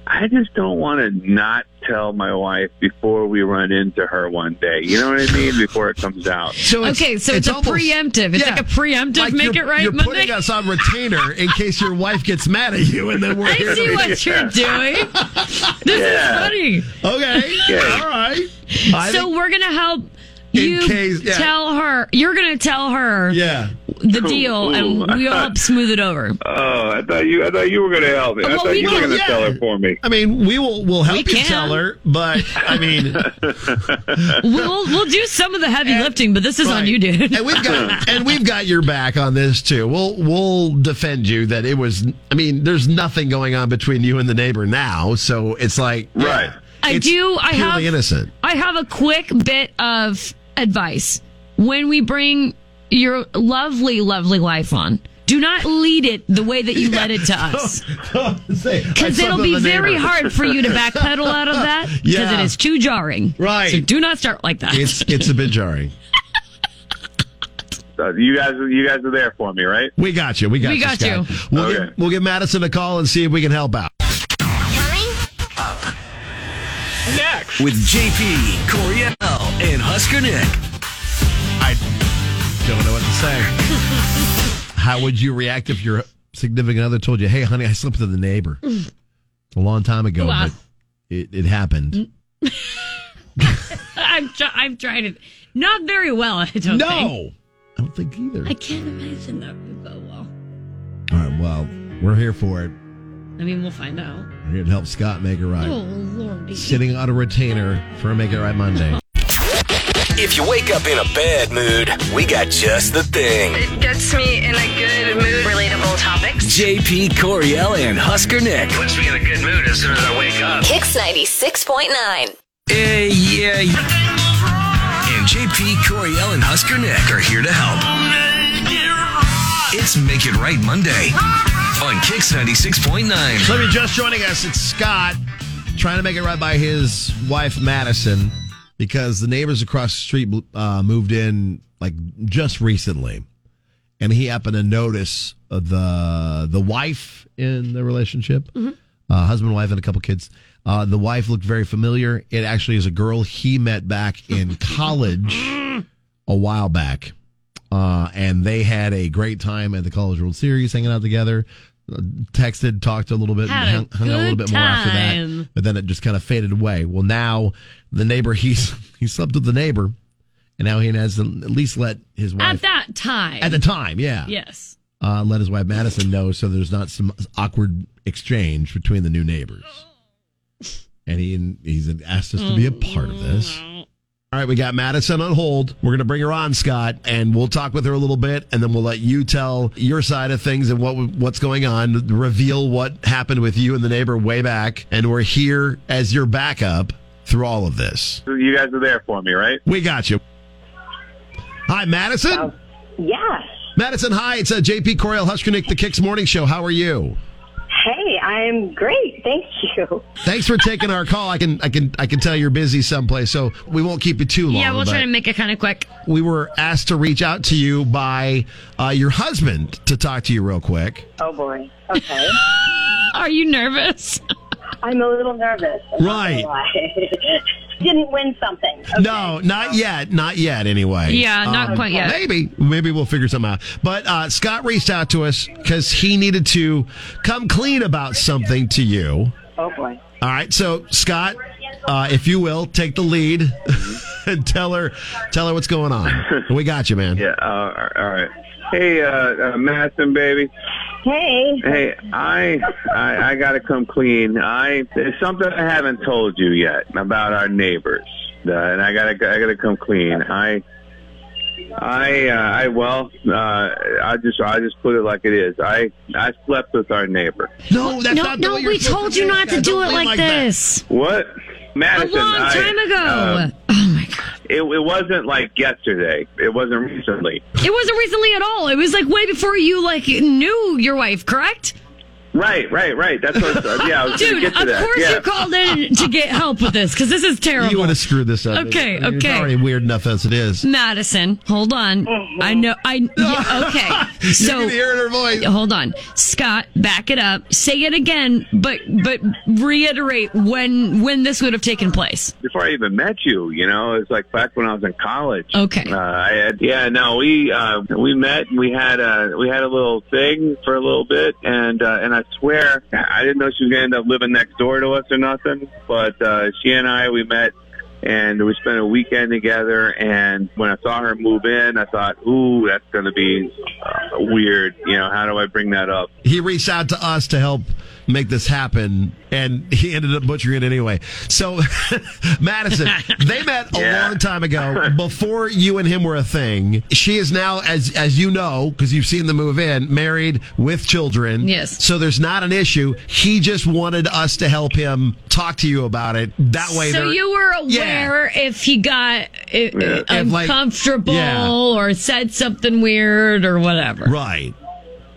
J: I just don't want to not tell my wife before we run into her one day. You know what I mean? Before it comes out.
G: So
H: Okay, so it's a preemptive. It's like a preemptive
G: Like
H: make
G: you're-
H: it right
G: You're
H: Monday.
G: putting us on retainer in case your wife gets mad at you, and then we're
H: I
G: here.
H: see what you're doing. This
J: Yeah.
H: is funny.
G: Okay,
J: Yeah.
G: all right. I
H: so
G: think-
H: we're gonna help
G: In
H: you
G: case- yeah.
H: tell her. You're gonna tell her
G: yeah,
H: the deal,
J: Ooh,
H: and
J: ooh.
H: we'll help smooth it over.
J: Oh, I thought you. I thought you were going to help me. I
H: Well,
J: thought
H: we
J: you were
H: can-
J: going to
G: Oh, yeah.
J: tell her for me.
G: I mean, we will will help
H: We
G: you
H: can.
G: tell her, but I mean,
H: We'll we'll do some of the heavy lifting, but this is on
G: Right.
H: you, dude.
G: And we've got and we've got your back on this too. We'll we'll defend you that it was. I mean, there's nothing going on between you and the neighbor now, so it's like yeah,
J: Right.
H: I
G: it's
H: do. I
G: purely
H: have
G: innocent.
H: I have a quick bit of advice. When we bring your lovely, lovely wife on, do not lead it the way that you led it to us. Because
G: Because
H: it'll be very hard for you to backpedal out of that because
G: Yeah.
H: it is too jarring.
G: Right.
H: So do not start like that.
G: It's it's a bit jarring.
J: Uh, you guys, you guys are there for me, right?
G: We got you. We got
H: We
G: you.
H: got
G: Scott.
H: you.
G: We'll,
J: Okay.
G: give, we'll give Madison a call and see if we can help out.
I: Coming
A: With JP, Coriel, and Husker Nick.
G: I don't know what to say. How would you react if your significant other told you, "Hey, honey, I slept with the neighbor a long time ago,
H: Wow.
G: but it, it happened."
H: I'm, try- I'm trying it not very well, I don't think.
G: I don't think either.
H: I can't imagine that would go well.
G: All right, well, we're here for it.
H: I mean, we'll find out.
G: We're here to help Scott make it right.
H: Oh, Lordy.
G: Sitting on a retainer for Make It Right Monday.
A: If you wake up in a bad mood, we got just the thing.
B: It gets me in a good mood. Relatable topics.
A: JP, Coriel, and Husker Nick.
K: Puts me in a good mood as soon as I wake up.
B: Kicks 96.9.
A: Eh, yeah. And JP, Coriel, and Husker Nick are here to help. It's Make It Right Monday on Kix 96.9.
G: So if you're just joining us, it's Scott trying to make it right by his wife Madison because the neighbors across the street uh, moved in like just recently, and he happened to notice the the wife in the relationship, uh, husband, wife, and a couple kids. Uh, the wife looked very familiar. It actually is a girl he met back in college a while back uh, and they had a great time at the College World Series, hanging out together. uh, Texted, talked a little bit,
H: Had a
G: hung, hung out a little
H: good
G: bit more after that.
H: time.
G: But then it just kind of faded away. Well, now the neighbor he's he slept with the neighbor, and now he has to at least let his
H: At
G: wife
H: that time.
G: at the time, yeah,
H: yes.
G: uh, let his wife Madison know so there's not some awkward exchange between the new neighbors. And he he's asked us to be a part of this. All right, we got Madison on hold. We're going to bring her on, Scott, and we'll talk with her a little bit, and then we'll let you tell your side of things and what what's going on. Reveal what happened with you and the neighbor way back, and we're here as your backup through all of this.
J: You guys are there for me, right?
G: We got you. Hi, Madison.
L: Um, Yes.
G: Madison, hi. It's uh, JP Coriel Hushkinick, the Kicks Morning Show. How are you?
L: Hey, I'm great. Thank you.
G: Thanks for taking our call. I can I can I can tell you're busy someplace, so we won't keep you too long.
H: Yeah, we'll
G: but-
H: try to make it kind of quick.
G: we were asked to reach out to you by uh, your husband to talk to you real quick.
L: Oh boy. Okay.
H: Are you nervous?
L: I'm a little nervous. I'm not
G: Right.
L: gonna lie. Didn't win something. Okay.
G: No, not yet. Not yet, anyway. Um,
L: Yeah, not quite yet.
G: Maybe. Maybe we'll figure something out. But uh, Scott reached out to us because he needed to come clean about something to you.
L: Oh boy.
G: All right. So, Scott, uh, if you will, take the lead and tell her, tell her what's going on. We got you, man.
J: Yeah. Uh, all right. Hey, uh, uh, Madison, baby.
L: Hey.
J: Hey, I I, I got to come clean. I there's something I haven't told you yet about our neighbors, uh, and I gotta I gotta come clean. I I uh, I well uh, I just I just put it like it is. I I slept with our neighbor.
G: No,
H: Oh, that's no, not no. we told you not to do it like, this.
J: What? Madison,
H: A long
J: I,
H: time ago. Oh,
J: um, it, it wasn't like yesterday. It wasn't recently.
H: It wasn't recently at all. It was like way before you like knew your wife, correct?
J: Right, right, right. That's what. Uh, yeah, I was
H: Dude,
J: gonna get to
H: of
J: that.
H: course
J: yeah.
H: you called in to get help with this because this is terrible.
G: You want to screw this up.
H: Okay,
G: It's
H: okay.
G: already weird enough as it is.
H: Madison, hold on. I know. I yeah, okay.
G: You
H: So
G: can hear it in her voice.
H: Hold on, Scott. Back it up. Say it again, but but reiterate when when this would have taken place.
J: before I even met you. You know, it's like back when I was in college.
H: Okay.
J: Uh, I had, yeah, no, we uh, we met and we had a we had a little thing for a little bit, and uh, and I swear I didn't know she was gonna end up living next door to us or nothing, but uh, she and I we met. And we spent a weekend together. And when I saw her move in, I thought, "Ooh, that's going to be uh, weird." You know, how do I bring that up?
G: he reached out to us to help make this happen and he ended up butchering it anyway so madison they met a long time ago before you and him were a thing she is now as as you know because you've seen the move in married with children
H: Yes.
G: so there's not an issue he just wanted us to help him talk to you about it that way
H: so
G: there-
H: you were aware if he got i
G: Yeah. If, like-
H: uncomfortable
G: Yeah.
H: or said something weird or whatever.
G: Right.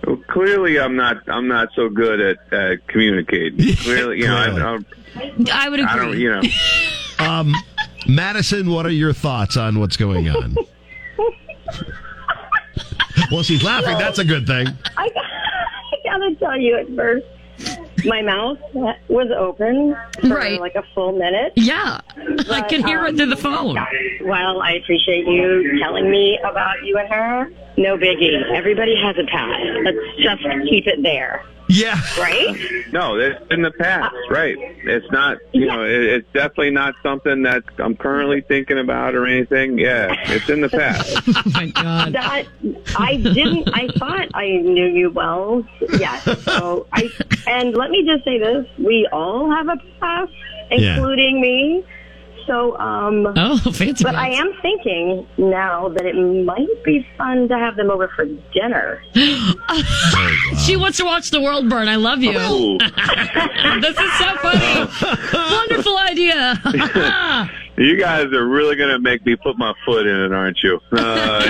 J: Well, clearly, I'm not. I'm not so good at uh, communicating. Clearly, you know,
G: Clearly.
J: I, I'm,
H: I would agree.
J: I don't. You know.
G: um madison what are your thoughts on what's going on well she's laughing that's a good thing
L: I, I gotta tell you at first. My mouth was open for
H: Right.
L: like a full minute.
H: Yeah, I
L: But,
H: can hear it
L: um,
H: through the phone.
L: Well, I appreciate you um, telling me about you and her. No biggie. Everybody has a past. Let's just keep it there.
G: Yeah.
L: Right?
J: No, it's in the past, right? It's not. You know, it, it's definitely not something that I'm currently thinking about or anything. Yeah, it's in the past.
H: Oh my god.
L: That I didn't. I thought I knew you well. Yes. So I and let me just say this: we all have a past,
G: Yeah.
L: including me. So um.
H: Oh, fancy.
L: But I am
H: pants.
L: thinking now that it might be fun to have them over for dinner.
G: Oh,
H: She wants to watch the world burn. I love you.
J: Ooh.
H: this is so funny. Wonderful idea.
J: you guys are really gonna make me put my foot in it, aren't you? Uh,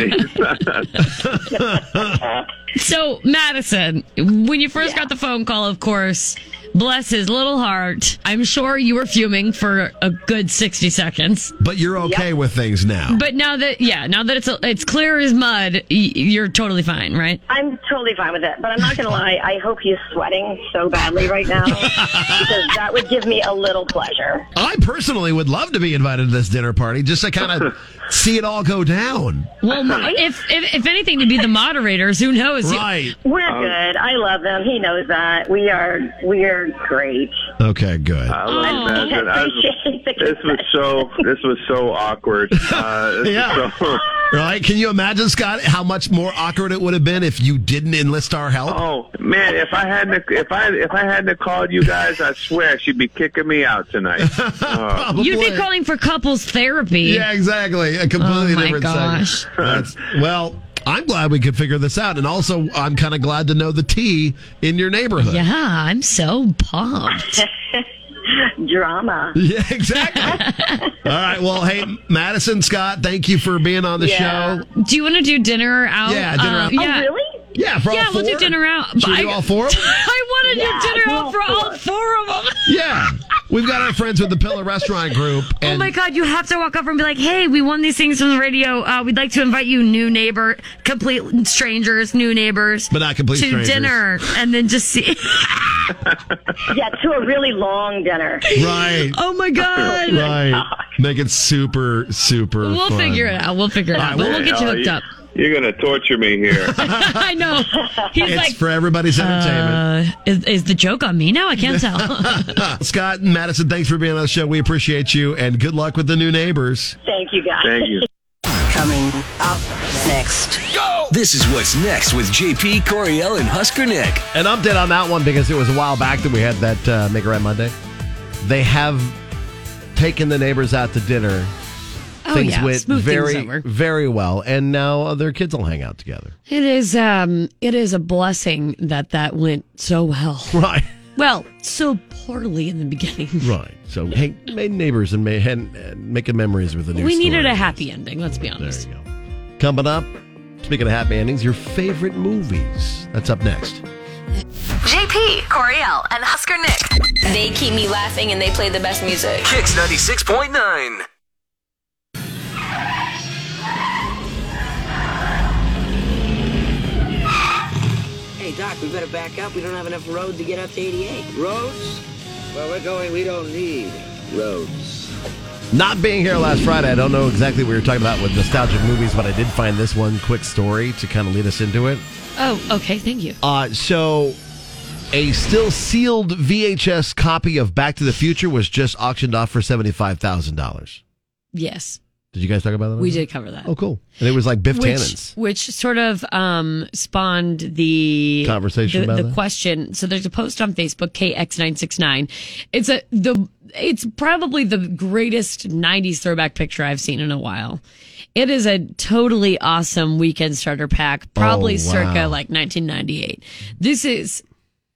H: so, Madison, when you first got the phone call, of course, bless his little heart, I'm sure you were fuming for a good 60 seconds.
G: But you're okay with things now.
H: But now that, yeah, now that it's it's clear as mud, y- you're totally fine, right?
L: I'm totally fine with it, but I'm not going to lie. I hope he's sweating so badly right now because that would give me a little pleasure.
G: I personally would love to be invited to this dinner party just to kind of see it all go down.
M: Well, if, if if anything, to be the moderators, who knows? You-
L: We're
B: Um,
L: good. I love him. He knows that. We are we are great.
G: Okay, good.
J: I
L: Oh,
J: love that. That- I was- this was so this was so awkward. Uh, this
G: Yeah.
J: was so,
G: Right? Can you imagine, Scott, how much more awkward it would have been if you didn't enlist our help?
J: oh man, if I hadn't if I if I hadn't have called you guys, I swear she'd be kicking me out tonight.
H: Oh,
J: Uh,
M: You'd be calling for couples therapy.
G: Yeah, exactly. A completely
M: Oh, my
G: different
M: gosh.
G: segment. That's, well, I'm glad we could figure this out, and also I'm kind of glad to know the tea in your neighborhood.
M: Yeah, I'm so pumped.
L: Drama.
G: Yeah, exactly. All right. Well, hey, Madison Scott, thank you for being on the
M: Yeah.
G: show.
M: Do you want to do dinner out?
G: Yeah, dinner out.
M: Um,
G: Oh,
M: yeah.
L: really?
G: Yeah, for all
M: yeah, we'll do
G: four?
M: dinner out.
G: Should we do all four of them?
M: I want to
L: Yeah,
M: do dinner
L: do
M: out
L: all
M: for all
L: four.
M: four of them.
G: Yeah, we've got our friends with the Pillar Restaurant Group. And
M: oh my god, you have to walk over and be like, "Hey, we won these things from the radio. Uh, we'd like to invite you, new neighbor, complete strangers, new neighbors,
G: But not complete
M: to
G: strangers.
M: dinner, and then just see."
L: Yeah, to a really long dinner.
G: Right.
M: oh my god,
G: Right. Make it super, super.
M: we'll
G: fun.
M: figure it out. We'll figure it
G: All
M: out,
G: right,
M: but
G: well-
M: we'll get you
J: Oh,
M: hooked
J: you-
M: up.
J: You're gonna torture me here.
M: I know. He's
G: It's
M: like,
G: for everybody's entertainment.
M: uh, is, is the joke on me now? I can't tell.
G: Scott and Madison, thanks for being on the show. We appreciate you, and good luck with the new neighbors.
L: Thank you guys.
J: Thank you.
I: Coming up next.
A: This is what's next with JP Coriel and Husker Nick.
G: An update on that one because it was a while back that we had that uh, Make It Right Monday. They have taken the neighbors out to dinner.
H: Oh,
G: things
H: yeah.
G: went
H: Smooth things
G: very,
H: over.
G: very well, and now their kids will hang out together.
H: It is um it is a blessing that that went so well.
G: Right,
H: Well, so poorly in the beginning.
G: right. So hang, make neighbors and, make, and, and making memories with the new.
H: We needed
G: story.
H: a happy ending, let's be honest.
G: There you go. Coming up, speaking of happy endings, your favorite movies. That's up next.
B: JP, Coriel, and Husker Nick. They keep me laughing and they play the best music.
A: Kicks 96.9.
N: Hey, Doc, we better back up. We don't have enough road to get up to 88. Roads? Well, we're going, we don't need roads.
G: Not being here last Friday, I don't know exactly what we were talking about with nostalgic movies, but I did find this one quick story to kind of lead us into it.
M: oh, okay, thank you.
G: Uh, so, a still sealed VHS copy of Back to the Future was just auctioned off for $75,000.
H: Yes.
G: Did you guys talk about that?
H: We did cover that.
G: Oh, cool. And it was like Biff
H: Which,
G: Tannen's.
H: which sort of um, spawned the
G: Conversation
H: the,
G: about
H: the
G: that?
H: question. So there's a post on Facebook KX969. It's a the it's probably the greatest 90s throwback picture I've seen in a while. It is a totally awesome weekend starter pack, probably
M: Oh,
H: circa
M: wow.
H: like 1998. This is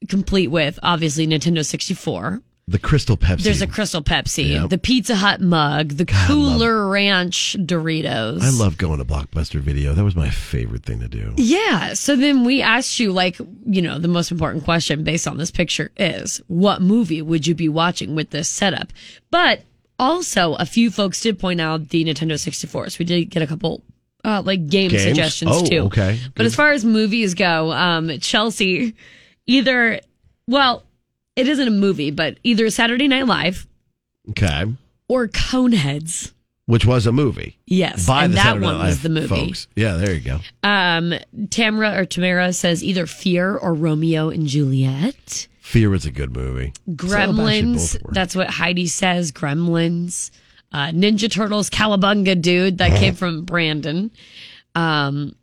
H: complete with obviously Nintendo 64.
G: The Crystal Pepsi.
H: There's a Crystal Pepsi,
G: Yep.
H: the Pizza Hut mug, the Cooler Ranch Doritos.
G: I love going to Blockbuster Video. That was my favorite thing to do.
H: Yeah. So then we asked you, like, you know, the most important question based on this picture is what movie would you be watching with this setup? But also, a few folks did point out the Nintendo 64. So we did get a couple. Uh, like game
M: Games?
H: suggestions
M: Oh,
H: too.
M: okay.
H: But as far as movies go, um, Chelsea, either, well, it isn't a movie, but either Saturday Night Live
G: Okay.
H: or Coneheads.
G: Which was a movie.
H: Yes,
G: By
H: and
G: the
H: that
G: Saturday Night
H: one was
G: Live
H: the movie.
G: Folks. Yeah, there you go.
H: Um, Tamara or Tamara says either Fear or Romeo and Juliet.
G: Fear was a good movie.
H: Gremlins. that's what Heidi says. Gremlins. Uh, Ninja Turtles. Calabunga, dude. That came from Brandon. Um,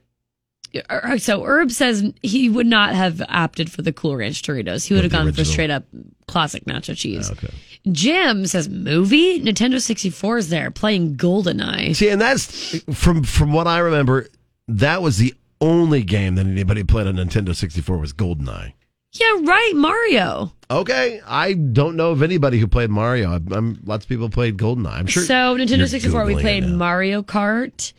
H: er- so Herb says he would not have opted for the Cool Ranch Doritos. He would have
M: the
H: gone for
M: original.
H: straight up classic nacho cheese. okay. Jim says movie. Nintendo sixty four is there playing Goldeneye.
G: See, and that's from from what I remember, that was the only game that anybody played on Nintendo 64 was GoldenEye.
H: Yeah, right. Mario.
G: Okay, I don't know of anybody who played Mario. I'm, I'm lots of people played GoldenEye. I'm sure.
H: So
G: you're
H: Nintendo 64, we
G: Googling it
H: played
G: now.
H: Mario Kart,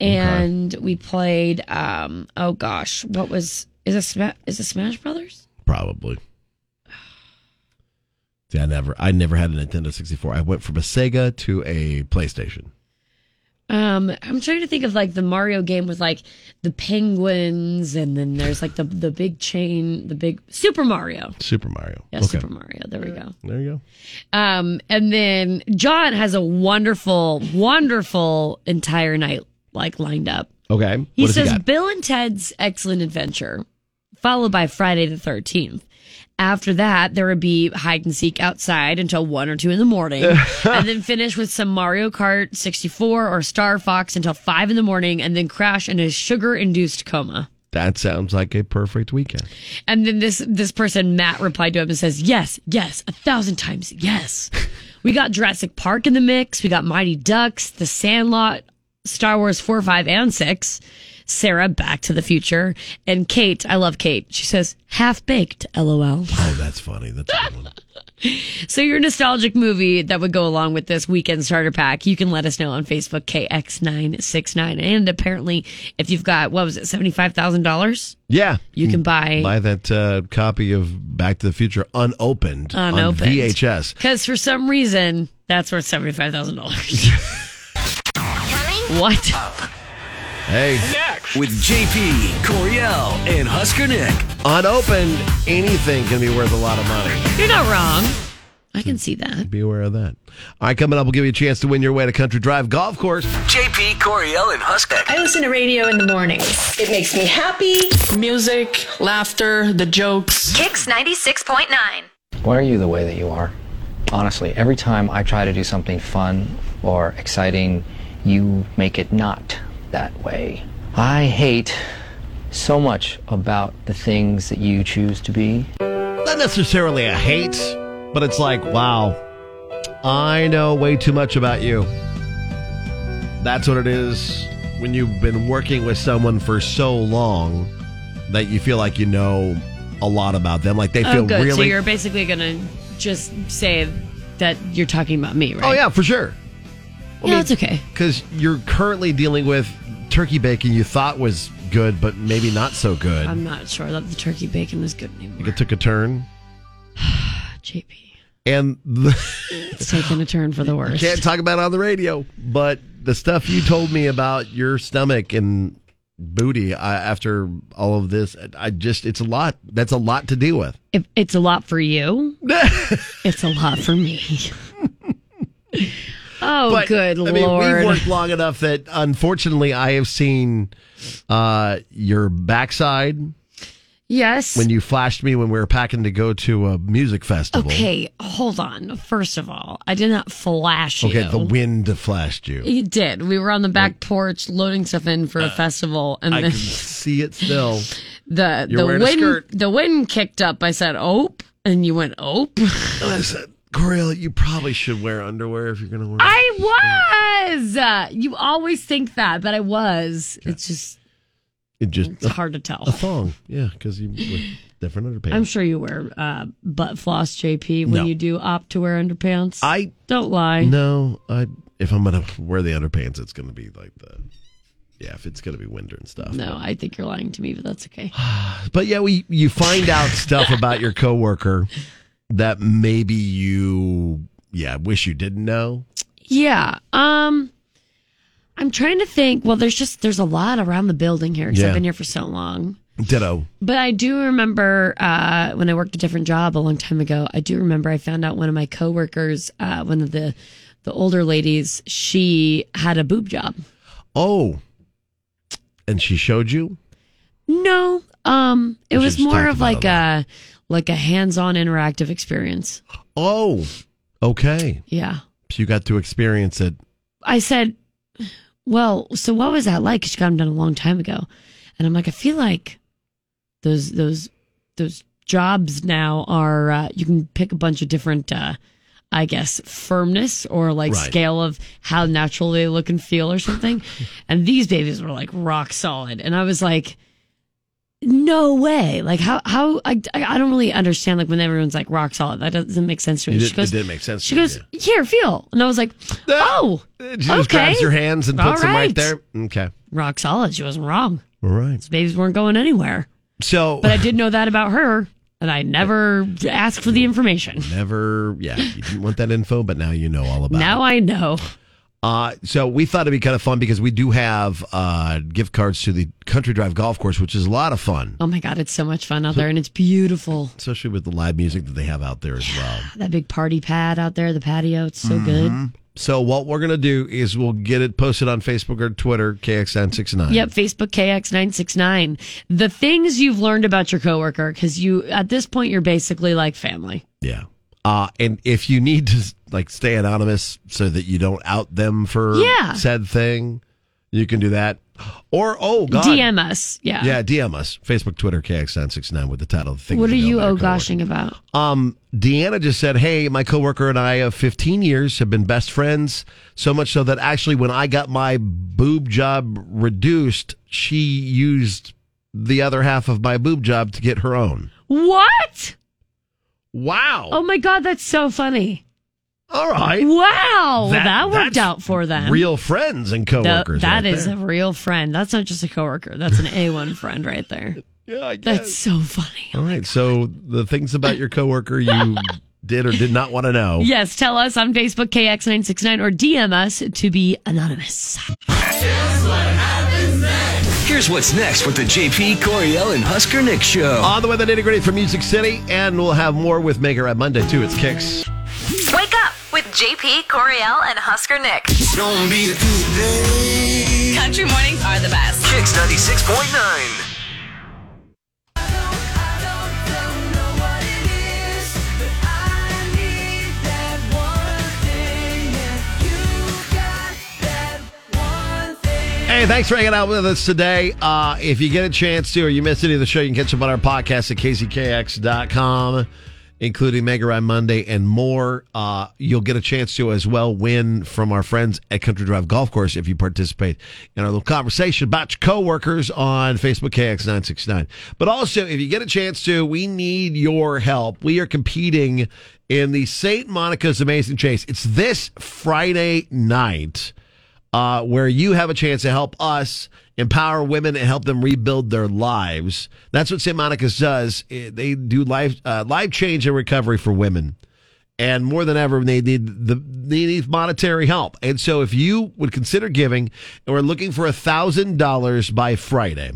H: and we played um oh gosh, what was is it Sma- is it Smash Brothers?
G: probably. See, I never, I never had a Nintendo 64. I went from a Sega to a PlayStation.
H: Um, I'm trying to think of like the Mario game with like the penguins, and then there's like the the big chain, the big Super Mario.
G: Super Mario.
H: Yeah, Super Mario. There we go.
G: There you go.
H: Um, and then John has a wonderful, wonderful entire night like lined up.
G: Okay. What
H: He
G: does
H: says
G: got?
H: Bill and Ted's Excellent Adventure, followed by Friday the 13th. After that, there would be hide and seek outside until one or two in the morning, and then finish with some Mario Kart 64 or Star Fox until five in the morning, and then crash in a sugar induced coma.
G: That sounds like a perfect weekend.
H: And then this this person Matt replied to him and says, "Yes, yes, a thousand times, yes." we got Jurassic Park in the mix. We got Mighty Ducks, The Sandlot, Star Wars four, five, and six. Sarah, Back to the Future, and Kate. I love Kate. She says, "Half baked, lol."
G: Oh, that's funny. That's a good one.
H: So your nostalgic movie that would go along with this weekend starter pack, you can let us know on Facebook KX969. And apparently, if you've got what was it, seventy five thousand dollars,
G: Yeah.
H: you can buy
G: Buy that uh, copy of Back to the Future unopened, on
H: Unopened.
G: VHS.
H: Because for some reason, that's worth seventy five thousand dollars. What?
G: Hey.
A: With JP, Coriel, and Husker Nick.
G: Unopened, anything can be worth a lot of money.
H: You're not wrong. I can see that.
G: Be aware of that. All right, coming up, we'll give you a chance to win your way to Country Drive Golf Course.
A: JP, Coriel, and Husker.
O: I listen to radio in the mornings. It makes me happy. Music, laughter, the jokes.
B: Kicks 96.9.
P: Why are you the way that you are? Honestly, every time I try to do something fun or exciting, you make it not that way. I hate so much about the things that you choose to be.
G: Not necessarily a hate, but it's like, wow, I know way too much about you. That's what it is when you've been working with someone for so long that you feel like you know a lot about them. Like they feel
H: oh, good. So
G: really
H: you're basically gonna just say that you're talking about me, right?
G: Oh yeah, for sure.
H: yeah, that's okay.
G: Because you're currently dealing with turkey bacon you thought was good, but maybe not so good.
H: I'm not sure that the turkey bacon was good anymore.
G: Like it took a turn.
H: JP.
G: And the,
H: it's taken a turn for the worst.
G: You can't talk about it on the radio, but the stuff you told me about your stomach and booty I, after all of this, I just it's a lot. That's a lot to deal with.
H: If it's a lot for you, it's a lot for me. oh,
G: But,
H: good
G: I
H: lord!
G: mean, we've worked long enough that unfortunately I have seen uh, your backside
H: yes.
G: when you flashed me when we were packing to go to a music festival.
H: okay, hold on. First of all, I did not flash
G: Okay,
H: you.
G: the wind flashed you.
H: You did. We were on the back porch loading stuff in for a festival, and
G: uh, I
H: then
G: can see it still.
H: the
G: You're
H: the
G: wearing
H: wind
G: a skirt.
H: the wind kicked up. I said, "Ope," and you went, "Ope."
G: I said, Coriel, you probably should wear underwear if you're going to wear.
H: I was. Uh, you always think that, but I was. It's just
G: It just
H: it's hard to tell.
G: a thong. Yeah, because you with different underpants.
H: I'm sure you wear uh, butt floss, JP, when
G: No.
H: you do opt to wear underpants.
G: I
H: don't lie.
G: No, I if I'm gonna wear the underpants, it's gonna be like the yeah, if it's gonna be winter and stuff.
H: No, I think you're lying to me, but that's okay.
G: But yeah, we you find out stuff about your coworker that maybe you yeah wish you didn't know.
H: Yeah. Um I'm trying to think. Well, there's just there's a lot around the building here because
G: Yeah.
H: I've been here for so long.
G: Ditto.
H: But I do remember uh, when I worked a different job a long time ago. I do remember I found out one of my coworkers, uh, one of the the older ladies, she had a boob job.
G: Oh, and she showed you.
H: No, um, it
G: We
H: was
G: should just
H: more
G: talk
H: of
G: about
H: like a like a hands-on interactive experience.
G: Oh, okay.
H: Yeah.
G: So you got to experience it.
H: I said, "Well, so what was that like?" 'Cause She got them done a long time ago, and I'm like, I feel like those those those jobs now are uh, you can pick a bunch of different, uh, I guess, firmness or like
M: Right.
H: scale of how natural they look and feel or something. and these babies were like rock solid, and I was like. No way! Like how how I, I I don't really understand. Like when everyone's like rock solid, that doesn't make sense to me.
G: It,
H: she
G: did,
H: goes,
G: it didn't make sense.
H: she
G: to you,
H: goes, here, feel. And I was like, oh,
G: yeah. She just grabs your hands and puts
H: All
G: them right there. Okay.
H: Rock solid. She wasn't wrong.
G: All right.
H: These babies weren't going anywhere.
G: So,
H: But I did know that about her, and I never asked for the information.
G: Never, yeah, you didn't want that info, but now you know all about
H: Now I know.
G: it. Uh, so we thought it'd be kind of fun because we do have uh, gift cards to the Country Drive Golf Course, which is a lot of fun,
H: Oh my God, it's so much fun out there and it's beautiful.
G: especially with the live music that they have out there as well.
H: That big party pad out there, the patio, it's so good.
G: So what we're gonna do is we'll get it posted on Facebook or Twitter, KXN69.
H: Yep, Facebook KX969. The things you've learned about your coworker, because you, at this point, you're basically like family.
G: Yeah. Uh, and if you need to like stay anonymous so that you don't out them for
H: Yeah.
G: said thing, you can do that. Or oh god,
H: DM us. Yeah.
G: Yeah, DM us Facebook, Twitter, KXN69 with the title. Of the thing
H: What
G: to
H: are
G: know
H: you
G: about
H: oh
G: your coworker.
H: goshing about?
G: Um, Deanna just said, "Hey, my coworker and I of 15 years have been best friends. So much so that actually, when I got my boob job reduced, she used the other half of my boob job to get her own.
H: What?
G: Wow.
H: Oh my God, that's so funny.
G: All right.
H: Wow.
G: That-
H: That, worked
G: that's
H: out for them.
G: Real friends and
H: Tho-
G: coworkers. right
H: that is
G: there.
H: a real friend. That's not just a coworker. That's an A1 friend right there.
G: Yeah, I
H: That's so funny.
G: All right. So the things about your coworker you did or did not want to know.
H: Yes, tell us on Facebook KX969 or DM us to be anonymous.
A: Here's what's next with the JP Coriel and Husker Nick show.
G: On the way, the nitty gritty from Music City, and we'll have more with Maker at Monday too. It's Kicks.
B: Wake up with JP Coriel and Husker Nick.
A: Don't be today.
B: Country mornings are the best.
A: Kicks 96.9.
G: Hey, thanks for hanging out with us today. Uh, if you get a chance to, or you missed any of the show, you can catch up on our podcast at kzkx.com, including Mega Ride Monday and more. Uh, you'll get a chance to as well win from our friends at Country Drive Golf Course if you participate in our little conversation about your coworkers on Facebook KX969. But also, if you get a chance to, we need your help. We are competing in the St. Monica's Amazing Chase. It's this Friday night uh, where you have a chance to help us empower women and help them rebuild their lives. That's what St. Monica's does. It- They do life uh, life change and recovery for women, and more than ever, they need the they need monetary help. And so, if you would consider giving, and we're looking for a thousand dollars by Friday.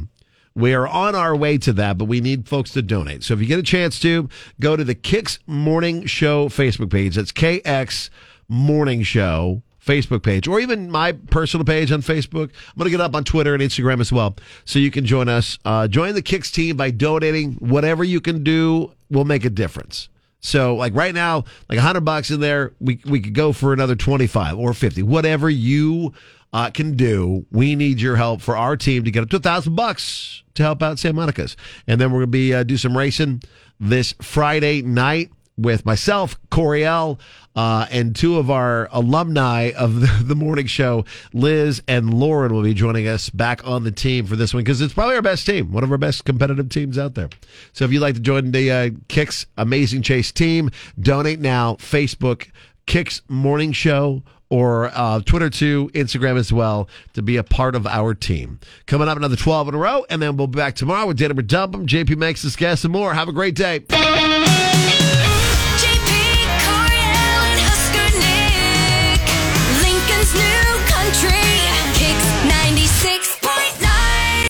G: We are on our way to that, but we need folks to donate. So if you get a chance to, go to the Kicks Morning Show Facebook page. That's KX Morning Show Facebook page, or even my personal page on Facebook. I'm going to get up on Twitter and Instagram as well. So you can join us. Uh, join the Kicks team by donating. Whatever you can do will make a difference. So like right now, like a hundred bucks in there, we we could go for another twenty five or fifty, whatever you uh, can do. We need your help for our team to get up to a thousand bucks to help out San Monica's, and then we're gonna be uh, do some racing this Friday night with myself, Coriel, uh, and two of our alumni of the, the morning show, Liz and Lauren, will be joining us back on the team for this one because it's probably our best team, one of our best competitive teams out there. So if you'd like to join the uh, Kicks Amazing Chase team, donate now, Facebook, Kicks Morning Show. Or uh, Twitter too, Instagram as well, to be a part of our team. Coming up another 12 in a row, and then we'll be back tomorrow with Dinner Dumpum, JP Makes Us Guess, and more. Have a great day.